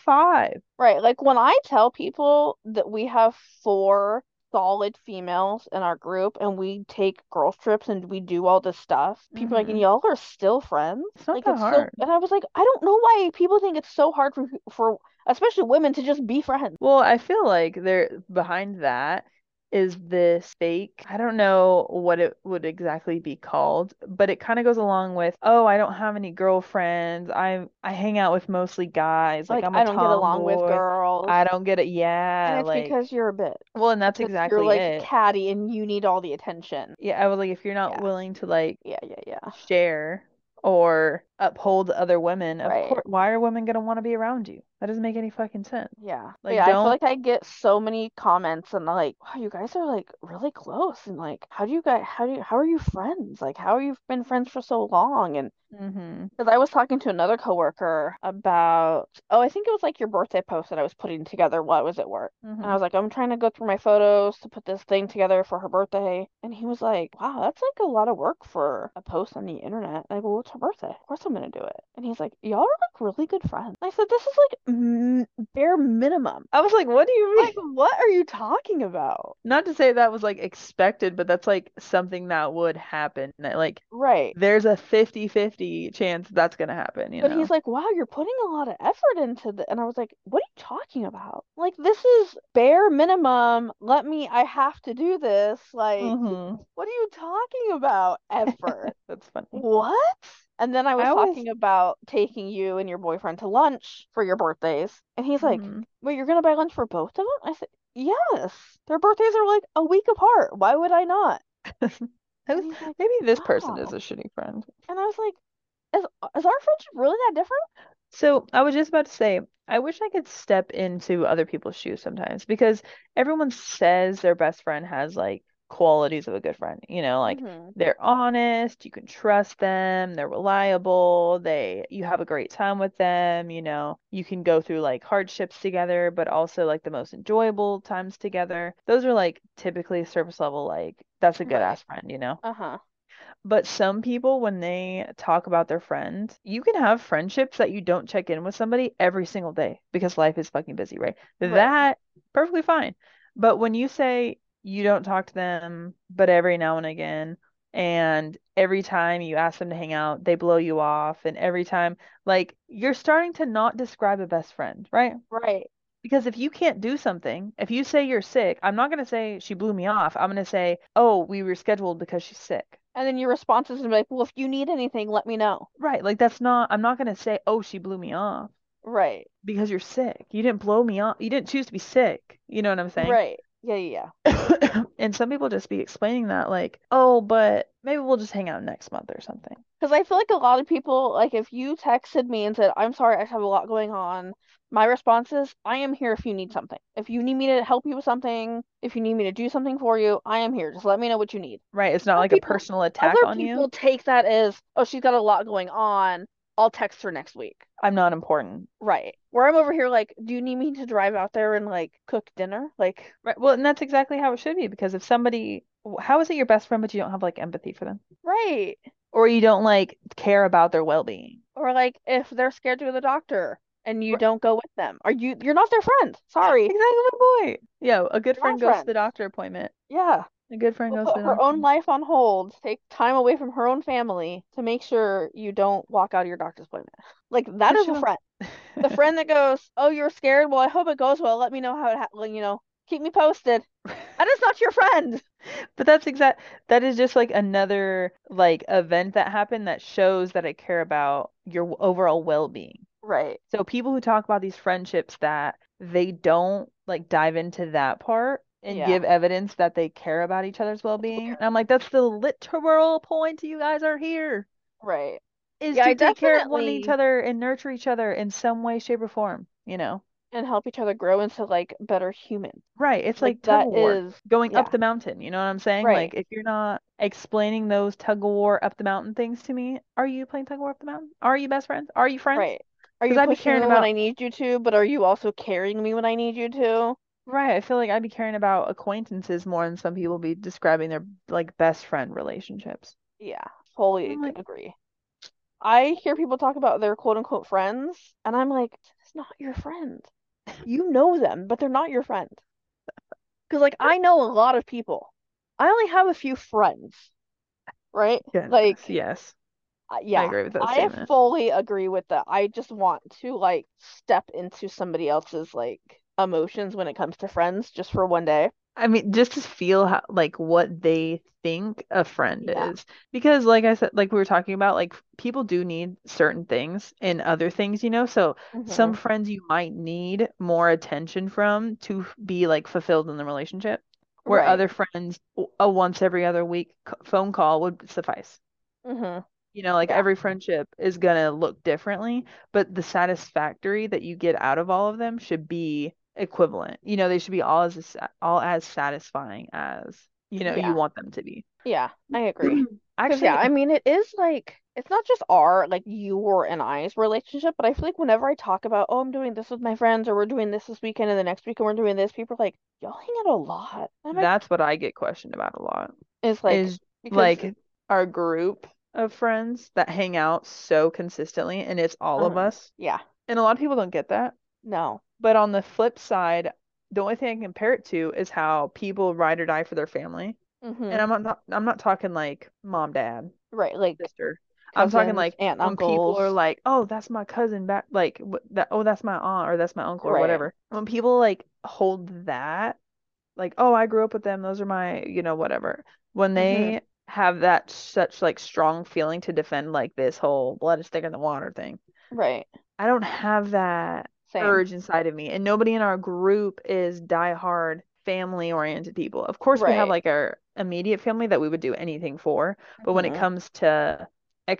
S2: 45.
S1: Right, like when I tell people that we have four solid females in our group and we take girls trips and we do all this stuff, people are like,
S2: Mhm.
S1: and y'all are still friends?
S2: It's not
S1: Like
S2: that
S1: it's so,
S2: hard.
S1: and I was like, I don't know why people think it's so hard for for especially women to just be friends.
S2: Well, I feel like there behind that is this fake, I don't know what it would exactly be called, but it kind of goes along with, oh, I don't have any girlfriends. I I hang out with mostly guys. Like
S1: Like
S2: I'm
S1: I
S2: a
S1: don't get along with
S2: tomboy.
S1: girls,
S2: I don't get it.
S1: and
S2: Yeah,
S1: it's
S2: like
S1: because you're a bitch.
S2: well, and that's
S1: Because
S2: exactly
S1: you're like
S2: it.
S1: catty and you need all the attention.
S2: Yeah, I would like if you're not
S1: Yeah.
S2: willing to like
S1: Yeah, yeah, yeah.
S2: share or uphold other women, of
S1: Right.
S2: course, why are women gonna want to be around you? That doesn't make any fucking sense.
S1: Yeah. But
S2: Like,
S1: yeah, I feel
S2: don't-
S1: like I get so many comments and like, wow, you guys are like really close and like how do you guys how do you how are you friends? Like how you been friends for so long? And
S2: Mm-hmm.
S1: because I was talking to another coworker about oh, I think it was like your birthday post that I was putting together while I was at work. And
S2: Mm-hmm.
S1: I was like, I'm trying to go through my photos to put this thing together for her birthday. And he was like, Wow, that's like a lot of work for a post on the internet. And I go, Well, it's her birthday. Of course I'm gonna do it. And he's like, Y'all are like really good friends. And I said, This is like m bare minimum.
S2: I was like, what do you mean?
S1: Like, what are you talking about?
S2: Not to say that was like expected, but that's like something that would happen. That like
S1: Right.
S2: there's a 50-50 chance that's gonna happen, you
S1: But
S2: know.
S1: he's like, wow, you're putting a lot of effort into this. And I was like, what are you talking about? Like, this is bare minimum. Let me, I have to do this. Like,
S2: Mhm.
S1: what are you talking about? Effort.
S2: That's funny.
S1: What? And then I was
S2: I always-
S1: talking about taking you and your boyfriend to lunch for your birthdays. And he's like,
S2: Mhm.
S1: wait, you're gonna buy lunch for both of them? I said, yes. Their birthdays are like a week apart. Why would I not?
S2: I
S1: And
S2: was-
S1: he's like,
S2: maybe this person is
S1: wow.
S2: a shitty friend.
S1: and I was like, is, is our friendship really that different?
S2: So I was just about to say, I wish I could step into other people's shoes sometimes because everyone says their best friend has like qualities of a good friend, you know, like
S1: Mhm.
S2: they're honest, you can trust them, they're reliable, they you have a great time with them, you know, you can go through like hardships together, but also like the most enjoyable times together. Those are like typically surface level, like that's a good
S1: Right.
S2: ass friend, you know.
S1: uh-huh.
S2: But some people, when they talk about their friends, you can have friendships that you don't check in with somebody every single day because life is fucking busy, right?
S1: Right.
S2: That perfectly fine. But when you say you don't talk to them, but every now and again, and every time you ask them to hang out, they blow you off, and every time, like, you're starting to not describe a best friend, right?
S1: Right.
S2: Because if you can't do something, if you say you're sick, I'm not going to say she blew me off. I'm going to say, oh, we were scheduled because she's sick.
S1: And then your response is gonna be like, well, if you need anything, let me know.
S2: Right, like that's not, I'm not gonna say, oh, she blew me off
S1: Right.
S2: because you're sick. You didn't blow me off. You didn't choose to be sick. You know what I'm saying?
S1: Right. Yeah, yeah, yeah.
S2: And some people just be explaining that, like, oh, but maybe we'll just hang out next month or something.
S1: Because I feel like a lot of people, like if you texted me and said, I'm sorry, I have a lot going on, my response is, I am here if you need something. If you need me to help you with something, if you need me to do something for you, I am here. Just let me know what you need.
S2: Right, it's not
S1: Other
S2: like a
S1: people-
S2: personal attack
S1: Other
S2: on you.
S1: people take that as, oh, she's got a lot going on. I'll text her next week.
S2: I'm not important.
S1: Right. Where I'm over here, like, do you need me to drive out there and like cook dinner? Like,
S2: Right, well, and that's exactly how it should be because if somebody, w- how is it your best friend, but you don't have like empathy for them?
S1: right.
S2: Or you don't like care about their well-being?
S1: Or like if they're scared to go to the doctor and you
S2: Right.
S1: don't go with them. Are you you're not their friend. Sorry.
S2: Exactly my point. Yeah, a good
S1: We're
S2: friend
S1: all
S2: goes to the
S1: friends.
S2: doctor appointment.
S1: Yeah.
S2: A good friend
S1: We'll
S2: goes
S1: put
S2: to the
S1: her own
S2: doctor.
S1: life on hold, take time away from her own family to make sure you don't walk out of your doctor's appointment. Like that
S2: But
S1: is
S2: she
S1: a
S2: won't-
S1: friend. The friend that goes, "Oh, you're scared. Well, I hope it goes well. Let me know how it ha- well, you know, keep me posted." That is not your friend.
S2: But that's exact that is just like another like event that happened that shows that I care about your w- overall well-being.
S1: Right.
S2: So people who talk about these friendships that they don't like dive into that part and
S1: Yeah.
S2: give evidence that they care about each other's well-being. And I'm like, that's the literal point you guys are here
S1: Right.
S2: is
S1: Yeah,
S2: to
S1: I
S2: take care of one each
S1: definitely-
S2: other and nurture each other in some way, shape, or form. You know,
S1: And help each other grow into like better humans.
S2: right? It's like, tug
S1: that
S2: of war
S1: is
S2: going
S1: yeah.
S2: up the mountain. You know what I'm saying?
S1: Right.
S2: Like, if you're not explaining those tug of war up the mountain things to me, are you playing tug of war up the mountain? Are you best friends? Are you friends?
S1: right. Are
S2: 'Cause
S1: you
S2: I'd be
S1: pushing
S2: caring
S1: me when
S2: about-
S1: I need you to, but are you also carrying me when I need you to?
S2: Right, I feel like I'd be caring about acquaintances more than some people be describing their like best friend relationships.
S1: Yeah, fully
S2: I'm like-
S1: agree. I hear people talk about their quote unquote friends, and I'm like, it's not your friend. You know them, but they're not your friend. Because, like, I know a lot of people. I only have a few friends, right? Like,
S2: Goodness, yes,
S1: I-
S2: I
S1: yeah,
S2: agree with that
S1: I
S2: statement.
S1: fully agree with that. I just want to, like, step into somebody else's, like, emotions when it comes to friends just for one day.
S2: I mean, just to feel how like what they think a friend
S1: Yeah.
S2: is. Because like I said, like we were talking about, like people do need certain things and other things, you know. So
S1: Mm-hmm.
S2: some friends you might need more attention from to f- be like fulfilled in the relationship, where
S1: Right.
S2: other friends, w- a once every other week c- phone call would suffice.
S1: hmm
S2: You know, like
S1: Yeah.
S2: every friendship is gonna look differently, but the satisfactory that you get out of all of them should be equivalent. You know, they should be all as all as satisfying as, you know,
S1: Yeah.
S2: you want them to be.
S1: Yeah, I agree. Because
S2: Actually,
S1: yeah, I mean it is like it's not just our like your and I's relationship, but I feel like whenever I talk about oh I'm doing this with my friends or we're doing this this weekend and the next weekend we're doing this, people are like y'all hang out a lot. And I'm like,
S2: that's what I get questioned about a lot
S1: it's like
S2: is
S1: because
S2: like our group of friends that hang out so consistently and it's all of
S1: Uh-huh.
S2: us.
S1: yeah
S2: And a lot of people don't get that.
S1: no
S2: But on the flip side, the only thing I can compare it to is how people ride or die for their family.
S1: hmm
S2: And I'm not I'm not talking like mom, dad,
S1: right like
S2: sister. I'm talking
S1: cousins,
S2: like
S1: aunt
S2: when people are
S1: uncles
S2: like, "Oh, that's my cousin back," like wh- that. Oh, that's my aunt or that's my uncle or
S1: Right.
S2: whatever. When people like hold that, like, "Oh, I grew up with them. Those are my, you know, whatever." When
S1: Mm-hmm.
S2: they have that such like strong feeling to defend like this whole blood is thicker than water thing,
S1: right
S2: I don't have that
S1: same
S2: urge inside of me. And nobody in our group is diehard family oriented people. Of course, we
S1: Right.
S2: have like our immediate family that we would do anything for. But when it
S1: Mhm.
S2: comes to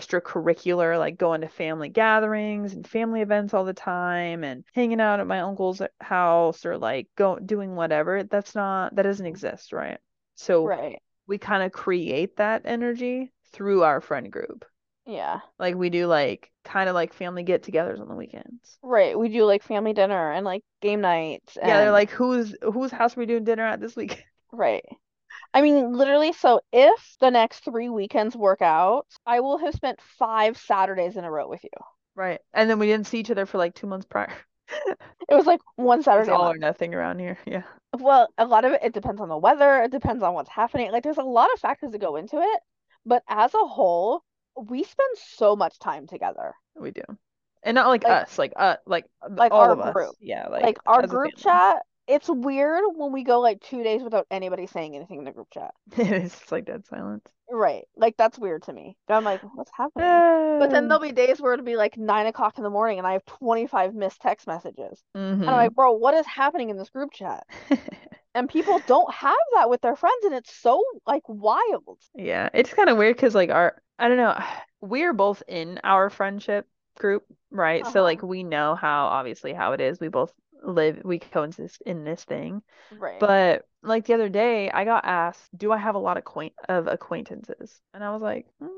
S2: extracurricular, like going to family gatherings and family events all the time and hanging out at my uncle's house or like go doing whatever, that's not, that doesn't exist, right? So
S1: right
S2: we kind of create that energy through our friend group.
S1: yeah
S2: Like we do like kind of like family get-togethers on the weekends.
S1: right we do like family dinner and like game nights
S2: Yeah, they're
S1: and
S2: like, whose whose house are we doing dinner at this week?
S1: Right. I mean, literally, so if the next three weekends work out, I will have spent five Saturdays in a row with you.
S2: Right. And then we didn't see each other for like two months prior.
S1: It was like one
S2: It's
S1: Saturday a
S2: all or
S1: month.
S2: nothing around here. Yeah.
S1: Well, a lot of it, it depends on the weather, it depends on what's happening. Like, there's a lot of factors that go into it. But as a whole, we spend so much time together.
S2: We do. And not like,
S1: Like-
S2: us, like uh like th-
S1: like
S2: all
S1: our
S2: of us.
S1: group.
S2: Yeah,
S1: Like,
S2: like
S1: our
S2: as a
S1: group
S2: family.
S1: chat, it's weird when we go like two days without anybody saying anything in the group chat.
S2: It's just like dead silence.
S1: Right. Like, that's weird to me. I'm like, what's happening? But
S2: Hmm.
S1: then there'll be days where it'll be like nine o'clock in the morning and I have 25 missed text messages. And
S2: Mm-hmm. Oh, Hmm.
S1: I'm like, bro, what is happening in this group chat?
S2: Mhm.
S1: And people don't have that with their friends. And it's so like wild.
S2: Yeah, it's kind of weird because like our I don't know, we're both in our friendship group, right?
S1: Uh-huh.
S2: So like we know how obviously how it is. We both live, we coexist in this thing.
S1: Right.
S2: But like the other day, I got asked, "Do I have a lot of acquaint of acquaintances?" And I was like, mm,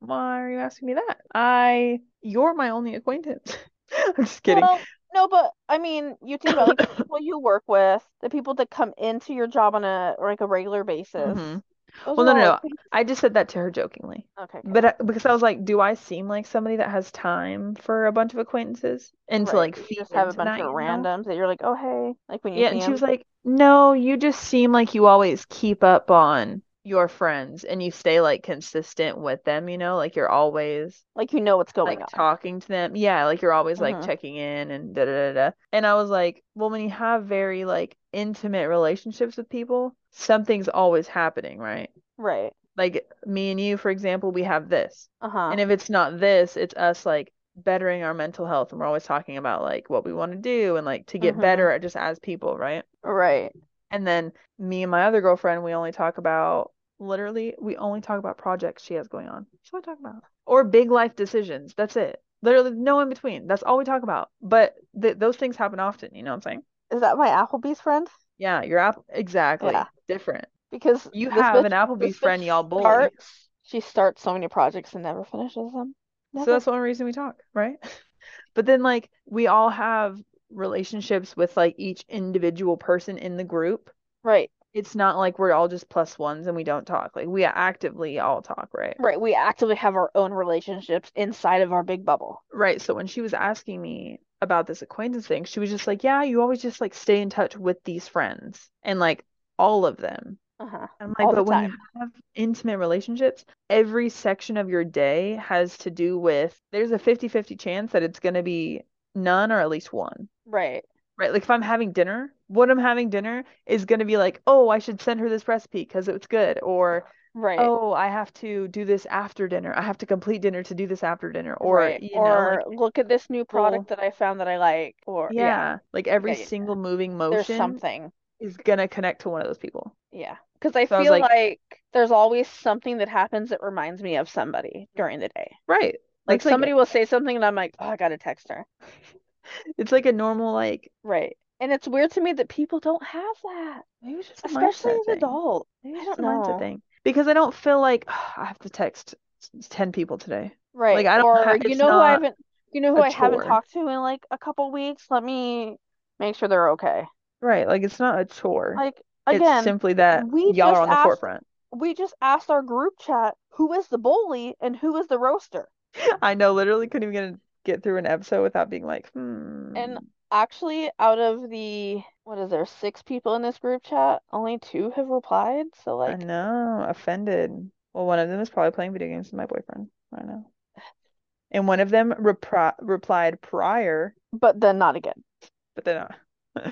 S2: "Why are you asking me that? I you're my only acquaintance." I'm just kidding.
S1: Well, no, but I mean, you think about like the people you work with, the people that come into your job on a or, like a regular basis.
S2: Mhm.
S1: Those
S2: Well,
S1: are
S2: no, no,
S1: all,
S2: no.
S1: like, people-
S2: I just said that to her jokingly.
S1: Okay. good.
S2: But I, because I was like, do I seem like somebody that has time for a bunch of acquaintances and to
S1: Right,
S2: like
S1: you
S2: feed
S1: just have a
S2: into
S1: bunch
S2: that,
S1: of
S2: you know?
S1: randoms that you're like, oh hey, like when you
S2: Yeah,
S1: see
S2: and she
S1: them.
S2: was like, no, you just seem like you always keep up on your friends and you stay like consistent with them, you know? Like you're always
S1: like you know what's going
S2: like
S1: on.
S2: talking to them. Yeah, like you're always like
S1: Mhm.
S2: checking in and da da da da. And I was like, well, when you have very like intimate relationships with people, something's always happening, right?
S1: Right.
S2: Like me and you, for example, we have this.
S1: Uh-huh.
S2: And if it's not this, it's us like bettering our mental health. And we're always talking about like what we want to do and like to get
S1: Mhm.
S2: better at just as people, right?
S1: Right.
S2: And then me and my other girlfriend, we only talk about literally, we only talk about projects she has going on. That's all we talk about. Or big life decisions. That's it. Literally no in between. That's all we talk about. But th- those things happen often. You know what I'm saying?
S1: Is that my Applebee's friend?
S2: Yeah, your app exactly
S1: Yeah.
S2: different.
S1: Because
S2: You
S1: this
S2: have an
S1: bitch-
S2: Applebee's
S1: this
S2: friend,
S1: bitch
S2: y'all boy.
S1: starts- she starts so many projects and never finishes them.
S2: So
S1: Never.
S2: that's the only reason we talk, right? But then like we all have relationships with like each individual person in the group.
S1: Right.
S2: It's not like we're all just plus ones and we don't talk. Like we actively all talk, right?
S1: Right. We actively have our own relationships inside of our big bubble.
S2: Right. So when she was asking me about this acquaintance thing, she was just like, "Yeah, you always just like stay in touch with these friends and like all of them."
S1: Uh-huh.
S2: I'm
S1: All
S2: like,
S1: the
S2: but when you have intimate relationships, every section of your day has to do with there's a 50-50 chance that it's going to be none or at least one.
S1: Right.
S2: Right? Like if I'm having dinner, what I'm having dinner is going to be like, "Oh, I should send her this recipe because it's good," or
S1: Right.
S2: "Oh, I have to do this after dinner. I have to complete dinner to do this after dinner," or
S1: Right.
S2: you know, like,
S1: Or look at this new product that I found that I like. Or
S2: yeah, like every
S1: Yeah, yeah.
S2: single moving
S1: there's
S2: motion
S1: something.
S2: is gonna connect to one of those people.
S1: Yeah. Because I
S2: So I was
S1: feel
S2: like-
S1: like there's always something that happens that reminds me of somebody during the day.
S2: Right.
S1: Like
S2: It's like
S1: somebody will say something and I'm like, oh, I gotta text her.
S2: it's like a normal like
S1: Right. And it's weird to me that people don't have that,
S2: maybe it's just a
S1: especially
S2: mindset
S1: as
S2: thing.
S1: adults.
S2: Maybe
S1: I
S2: it's just
S1: don't
S2: a mindset
S1: know.
S2: thing. Because I don't feel like I have to text s- ten people today.
S1: Right.
S2: I don't
S1: Or
S2: ha-
S1: you
S2: it's
S1: know who I
S2: not
S1: haven't you know who
S2: a
S1: I haven't
S2: chore.
S1: talked to in like a couple weeks? Let me make sure they're okay.
S2: Right. Like it's not a chore.
S1: Like
S2: it's
S1: again,
S2: simply that
S1: we
S2: y'all
S1: just
S2: are on the
S1: asked-
S2: forefront.
S1: we just asked our group chat who is the bully and who is the roaster.
S2: I know literally couldn't even get, get through an episode without being like, hmm.
S1: Actually, out of the what is there, six people in this group chat, only two have replied. So
S2: I
S1: like
S2: know, offended. Well, one of them is probably playing video games with my boyfriend. I know. And one of them repri replied prior,
S1: but then not again.
S2: but then uh,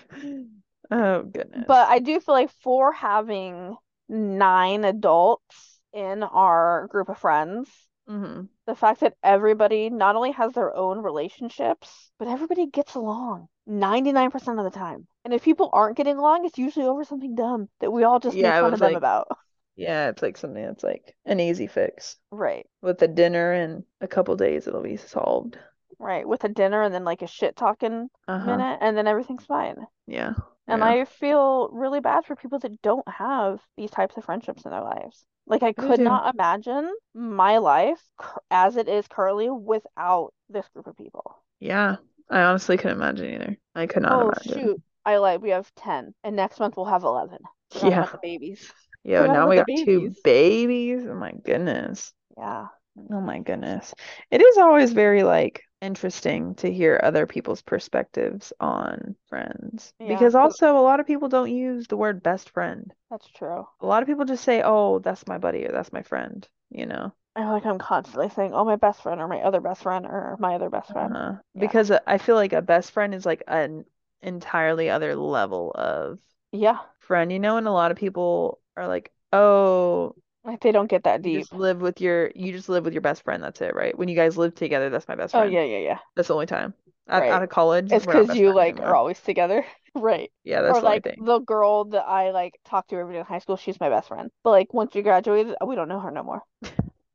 S2: oh goodness.
S1: But I do feel like for having nine adults in our group of friends,
S2: hmm
S1: the fact that everybody not only has their own relationships, but everybody gets along 99% of the time. And if people aren't getting along, it's usually over something dumb that we all just make
S2: Yeah, it
S1: fun
S2: was
S1: of them
S2: like-
S1: about.
S2: Yeah, it's like something that's like an easy fix.
S1: Right,
S2: With a dinner and a couple days, it'll be solved.
S1: right. With a dinner and then like a shit talking
S2: Uh-huh.
S1: minute, and then everything's fine.
S2: Yeah.
S1: And
S2: yeah.
S1: I feel really bad for people that don't have these types of friendships in their lives. Like, I could
S2: too.
S1: not imagine my life cur- as it is currently without this group of people.
S2: Yeah. I honestly couldn't imagine either. I could not
S1: Oh,
S2: imagine.
S1: shoot. I lied. We have 10, and next month we'll have 11. Forgot about
S2: Yeah.
S1: the babies.
S2: Yo,
S1: forgot
S2: now
S1: about
S2: we
S1: the
S2: got two
S1: babies.
S2: babies. Oh my goodness.
S1: Yeah.
S2: Oh my goodness. It is always very like interesting to hear other people's perspectives on friends.
S1: Yeah, 'cause-
S2: Because also a lot of people don't use the word best friend.
S1: That's true.
S2: A lot of people just say, "Oh, that's my buddy" or "That's my friend," you know.
S1: I feel like I'm constantly saying, oh, my best friend, or my other best friend, or my other best friend.
S2: Uh-huh.
S1: Yeah.
S2: Because I feel like a best friend is like an entirely other level of
S1: Yeah.
S2: friend, you know, and a lot of people are like, "Oh,
S1: Like, they don't get that
S2: you
S1: deep.
S2: just live with your you just live with your best friend, that's it, right? When you guys live together, that's my best
S1: Oh,
S2: friend.
S1: yeah, yeah, yeah.
S2: That's the only time. Out,
S1: Right.
S2: out of college,
S1: It's
S2: we're not
S1: because
S2: best
S1: you,
S2: friends
S1: like, are
S2: anymore.
S1: always together. Right.
S2: Yeah, that's
S1: or
S2: the only
S1: like
S2: thing.
S1: the girl that I like talked to every day in high school, she's my best friend. But like once you graduated, we don't know her no more.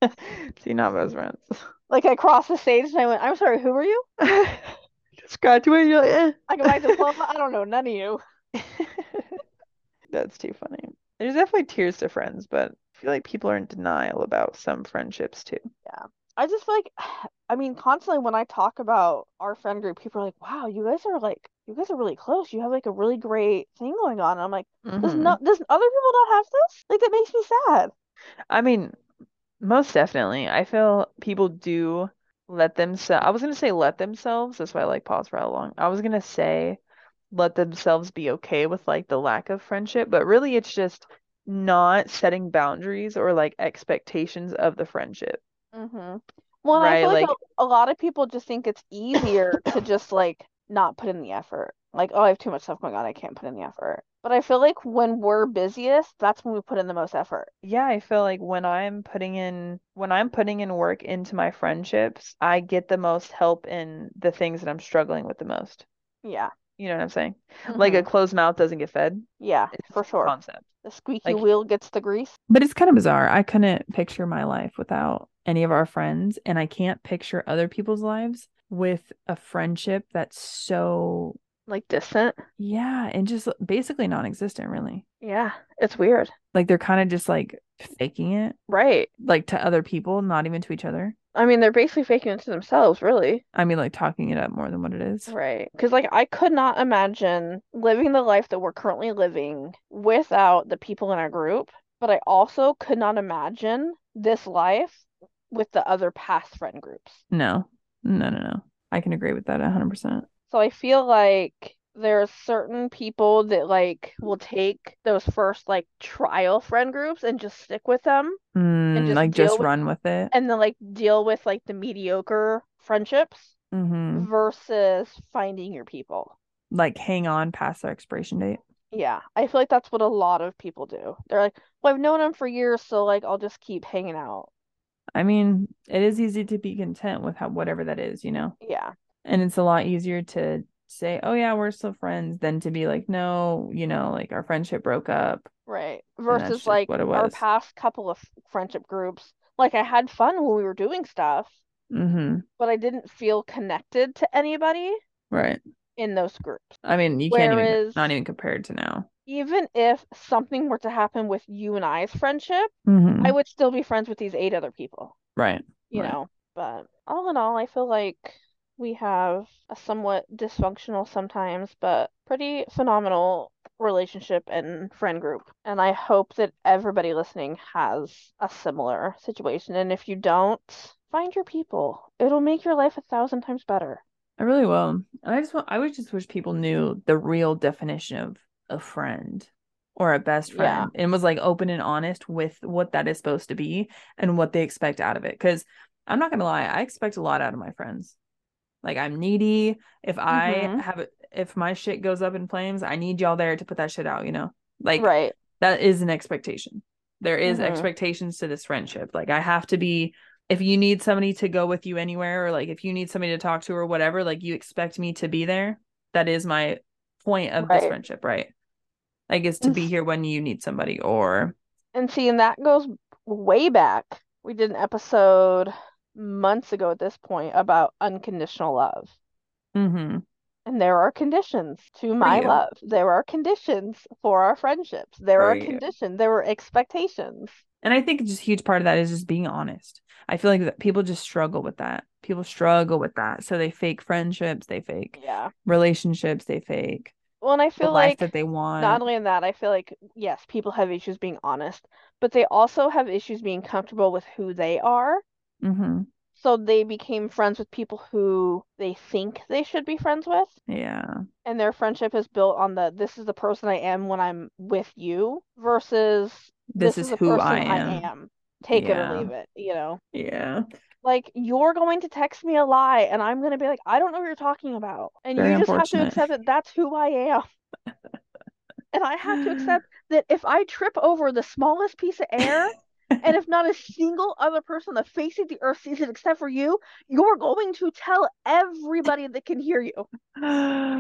S2: So you're not best friends.
S1: Like I crossed the stage and I went, I'm sorry, who are you?
S2: Just graduated, you're like, eh.
S1: I got my diploma. I don't know none of you.
S2: That's too funny. There's definitely tears to friends, but I feel like people are in denial about some friendships too.
S1: I just feel like, I mean, constantly when I talk about our friend group, people are like, wow, you guys are like, you guys are really close. You have like a really great thing going on. And I'm like, does
S2: Mhm.
S1: no, does other people not have this? Like that makes me sad.
S2: I mean, most definitely. I feel people do let themselves, I was going to say let themselves. That's why I like pause for how long. I was going to say let themselves be okay with like the lack of friendship, but really it's just not setting boundaries or like expectations of the friendship.
S1: Mm-hmm. Well, and I feel
S2: Right,
S1: like
S2: like-
S1: a, a lot of people just think it's easier to just like not put in the effort. Like, oh, I have too much stuff going on. I can't put in the effort. But I feel like when we're busiest, that's when we put in the most effort.
S2: Yeah, I feel like when I'm putting in when I'm putting in work into my friendships, I get the most help in the things that I'm struggling with the most.
S1: Yeah.
S4: You know what I'm saying? Like a
S1: Mhm.
S4: closed mouth doesn't get fed.
S1: yeah,
S4: It's
S1: for
S4: the
S1: sure.
S4: Concept.
S1: The squeaky
S4: like-
S1: wheel gets the grease.
S2: But it's kind of bizarre. I couldn't picture my life without any of our friends, and I can't picture other people's lives with a friendship that's so,
S1: Like distant.
S2: yeah, and just basically non existent, really.
S1: Yeah, it's weird.
S2: Like they're kind of just like faking it,
S1: Right.
S2: like to other people, not even to each other.
S1: I mean, they're basically faking it to themselves, really.
S2: I mean, like talking it up more than what it is.
S1: Right. Because, like, I could not imagine living the life that we're currently living without the people in our group. But I also could not imagine this life with the other past friend groups.
S2: No, no, no, no. I can agree with that 100%.
S1: So I feel like there's certain people that, like, will take those first, like, trial friend groups and just stick with them
S2: Mm,
S1: just
S2: like
S1: deal
S2: just
S1: with-
S2: run with it.
S1: and then, like, deal with, like, the mediocre friendships
S2: hmm
S1: versus finding your people.
S2: Like hang on past their expiration date.
S1: Yeah, I feel like that's what a lot of people do. They're like, well, I've known him for years, so like I'll just keep hanging out.
S2: I mean, it is easy to be content with how, whatever that is, you know?
S1: Yeah,
S2: And it's a lot easier to say, oh, yeah, we're still friends than to be like, no, you know, like our friendship broke up.
S1: right.
S2: that's
S1: Versus
S2: just
S1: like
S2: what it
S1: our
S2: was.
S1: past couple of friendship groups. Like I had fun when we were doing stuff,
S2: Mm-hmm.
S1: but I didn't feel connected to anybody
S2: Right.
S1: in those groups.
S2: I mean, you can't even,
S1: Whereas-
S2: not even compared to now.
S1: Even if something were to happen with you and I's friendship,
S2: Mm-hmm.
S1: I would still be friends with these eight other people,
S2: Right.
S1: you
S2: Right.
S1: know. But all in all, I feel like we have a somewhat dysfunctional sometimes, but pretty phenomenal relationship and friend group. And I hope that everybody listening has a similar situation. And if you don't, find your people. It'll make your life a thousand times better.
S2: I really will. And I just want, I would just wish people knew the real definition of a friend or a best
S1: Yeah.
S2: friend and was like open and honest with what that is supposed to be and what they expect out of it. Cause I'm not going to lie, I expect a lot out of my friends. Like I'm needy. If I
S1: Mhm.
S2: have, if my shit goes up in flames, I need y'all there to put that shit out, you know? Like
S1: Right.
S2: that is an expectation. There is
S1: Mhm.
S2: expectations to this friendship. Like I have to be if you need somebody to go with you anywhere or like if you need somebody to talk to or whatever, like you expect me to be there. That is my point of this
S1: Right.
S2: friendship, right? I guess to be
S1: It's-
S2: here when you need somebody or
S1: And see, and that goes way back. We did an episode months ago at this point about unconditional love.
S2: hmm
S1: And there are conditions to my
S2: you.
S1: love. There are conditions for our friendships. There
S2: For
S1: are
S2: you.
S1: conditions. There were expectations.
S2: And I think just a huge part of that is just being honest. I feel like that people just struggle with that. People struggle with that. So they fake friendships, they fake
S1: Yeah.
S2: relationships, they fake
S1: Well, and I
S2: the
S1: feel
S2: life
S1: like
S2: that they want.
S1: not only in that, I feel like, yes, people have issues being honest, but they also have issues being comfortable with who they are.
S2: hmm
S1: So they became friends with people who they think they should be friends with.
S2: Yeah.
S1: and their friendship is built on the this is the person I am when I'm with you versus
S2: this,
S1: this
S2: is,
S1: the
S2: who
S1: person
S2: I am.
S1: Take it or
S2: Yeah.
S1: leave it, you know.
S2: Yeah.
S1: Like you're going to text me a lie and I'm going to be like I don't know what you're talking about. And
S2: Very
S1: you just have to
S2: unfortunate.
S1: accept that that's who I am. and I have to accept that if I trip over the smallest piece of air and if not a single other person on the face of the earth sees it except for you, you're going to tell everybody that can hear you.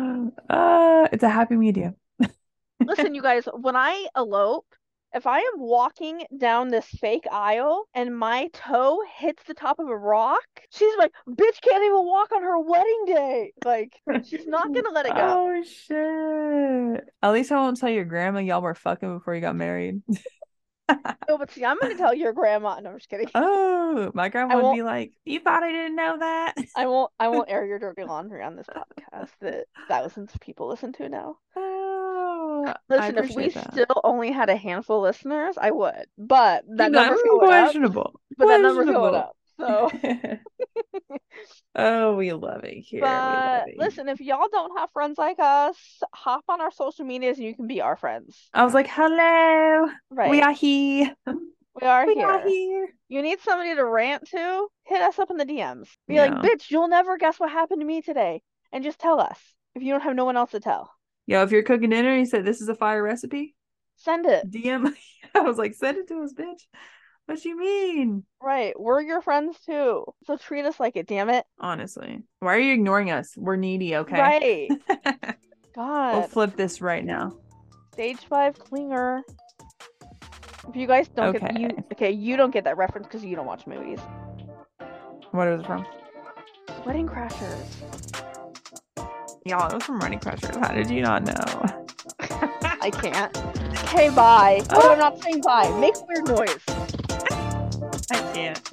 S2: uh, it's a happy medium.
S1: Listen, you guys, when I elope, if I am walking down this fake aisle and my toe hits the top of a rock, she's like, bitch can't even walk on her wedding day. Like, she's not going to let it go.
S2: Oh shit! At least I won't tell your grandma y'all were fucking before you got married.
S1: No, but see, I'm going to tell your grandma. No, I'm just kidding.
S2: oh, my grandma
S1: I
S2: would
S1: won't-
S2: be like, "You thought I didn't know that?"
S1: I won't I won't air your dirty laundry on this podcast that thousands of people listen to now.
S2: Oh, I
S1: Listen, if we
S2: appreciate that.
S1: still only had a handful of listeners, I would. But that
S2: No,
S1: number's
S2: mm,
S1: going up.
S2: questionable.
S1: But that number's going
S2: Questionable.
S1: up. So
S2: oh, we love it here. we love
S1: But
S2: it.
S1: listen, if y'all don't have friends like us, hop on our social medias and you can be our friends.
S2: I was like, "Hello,
S1: Right.
S2: we are here.
S1: We are
S2: we
S1: here.
S2: are here."
S1: You need somebody to rant to? Hit us up in the DMs. Be like,
S2: Yeah.
S1: bitch, you'll never guess what happened to me today. And just tell us if you don't have no one else to tell.
S2: Yo, if you're cooking dinner and you said this is a fire recipe,
S1: Send it.
S2: DM. I was like, send it to us, bitch. What you mean?
S1: Right. We're your friends too. So treat us like it, damn it.
S2: Honestly, why are you ignoring us? We're needy, okay?
S1: Right. God.
S2: We'll flip this right now.
S1: Stage five clinger. If you guys don't get you
S2: Okay.
S1: okay, you don't get that reference because you don't watch movies.
S2: What was it from?
S1: Wedding Crashers.
S2: Y'all, it was from Running Crashers. How did you not know?
S1: I can't. Okay, bye. Oh, I'm not saying bye. Make a weird noise.
S2: I can't. Oh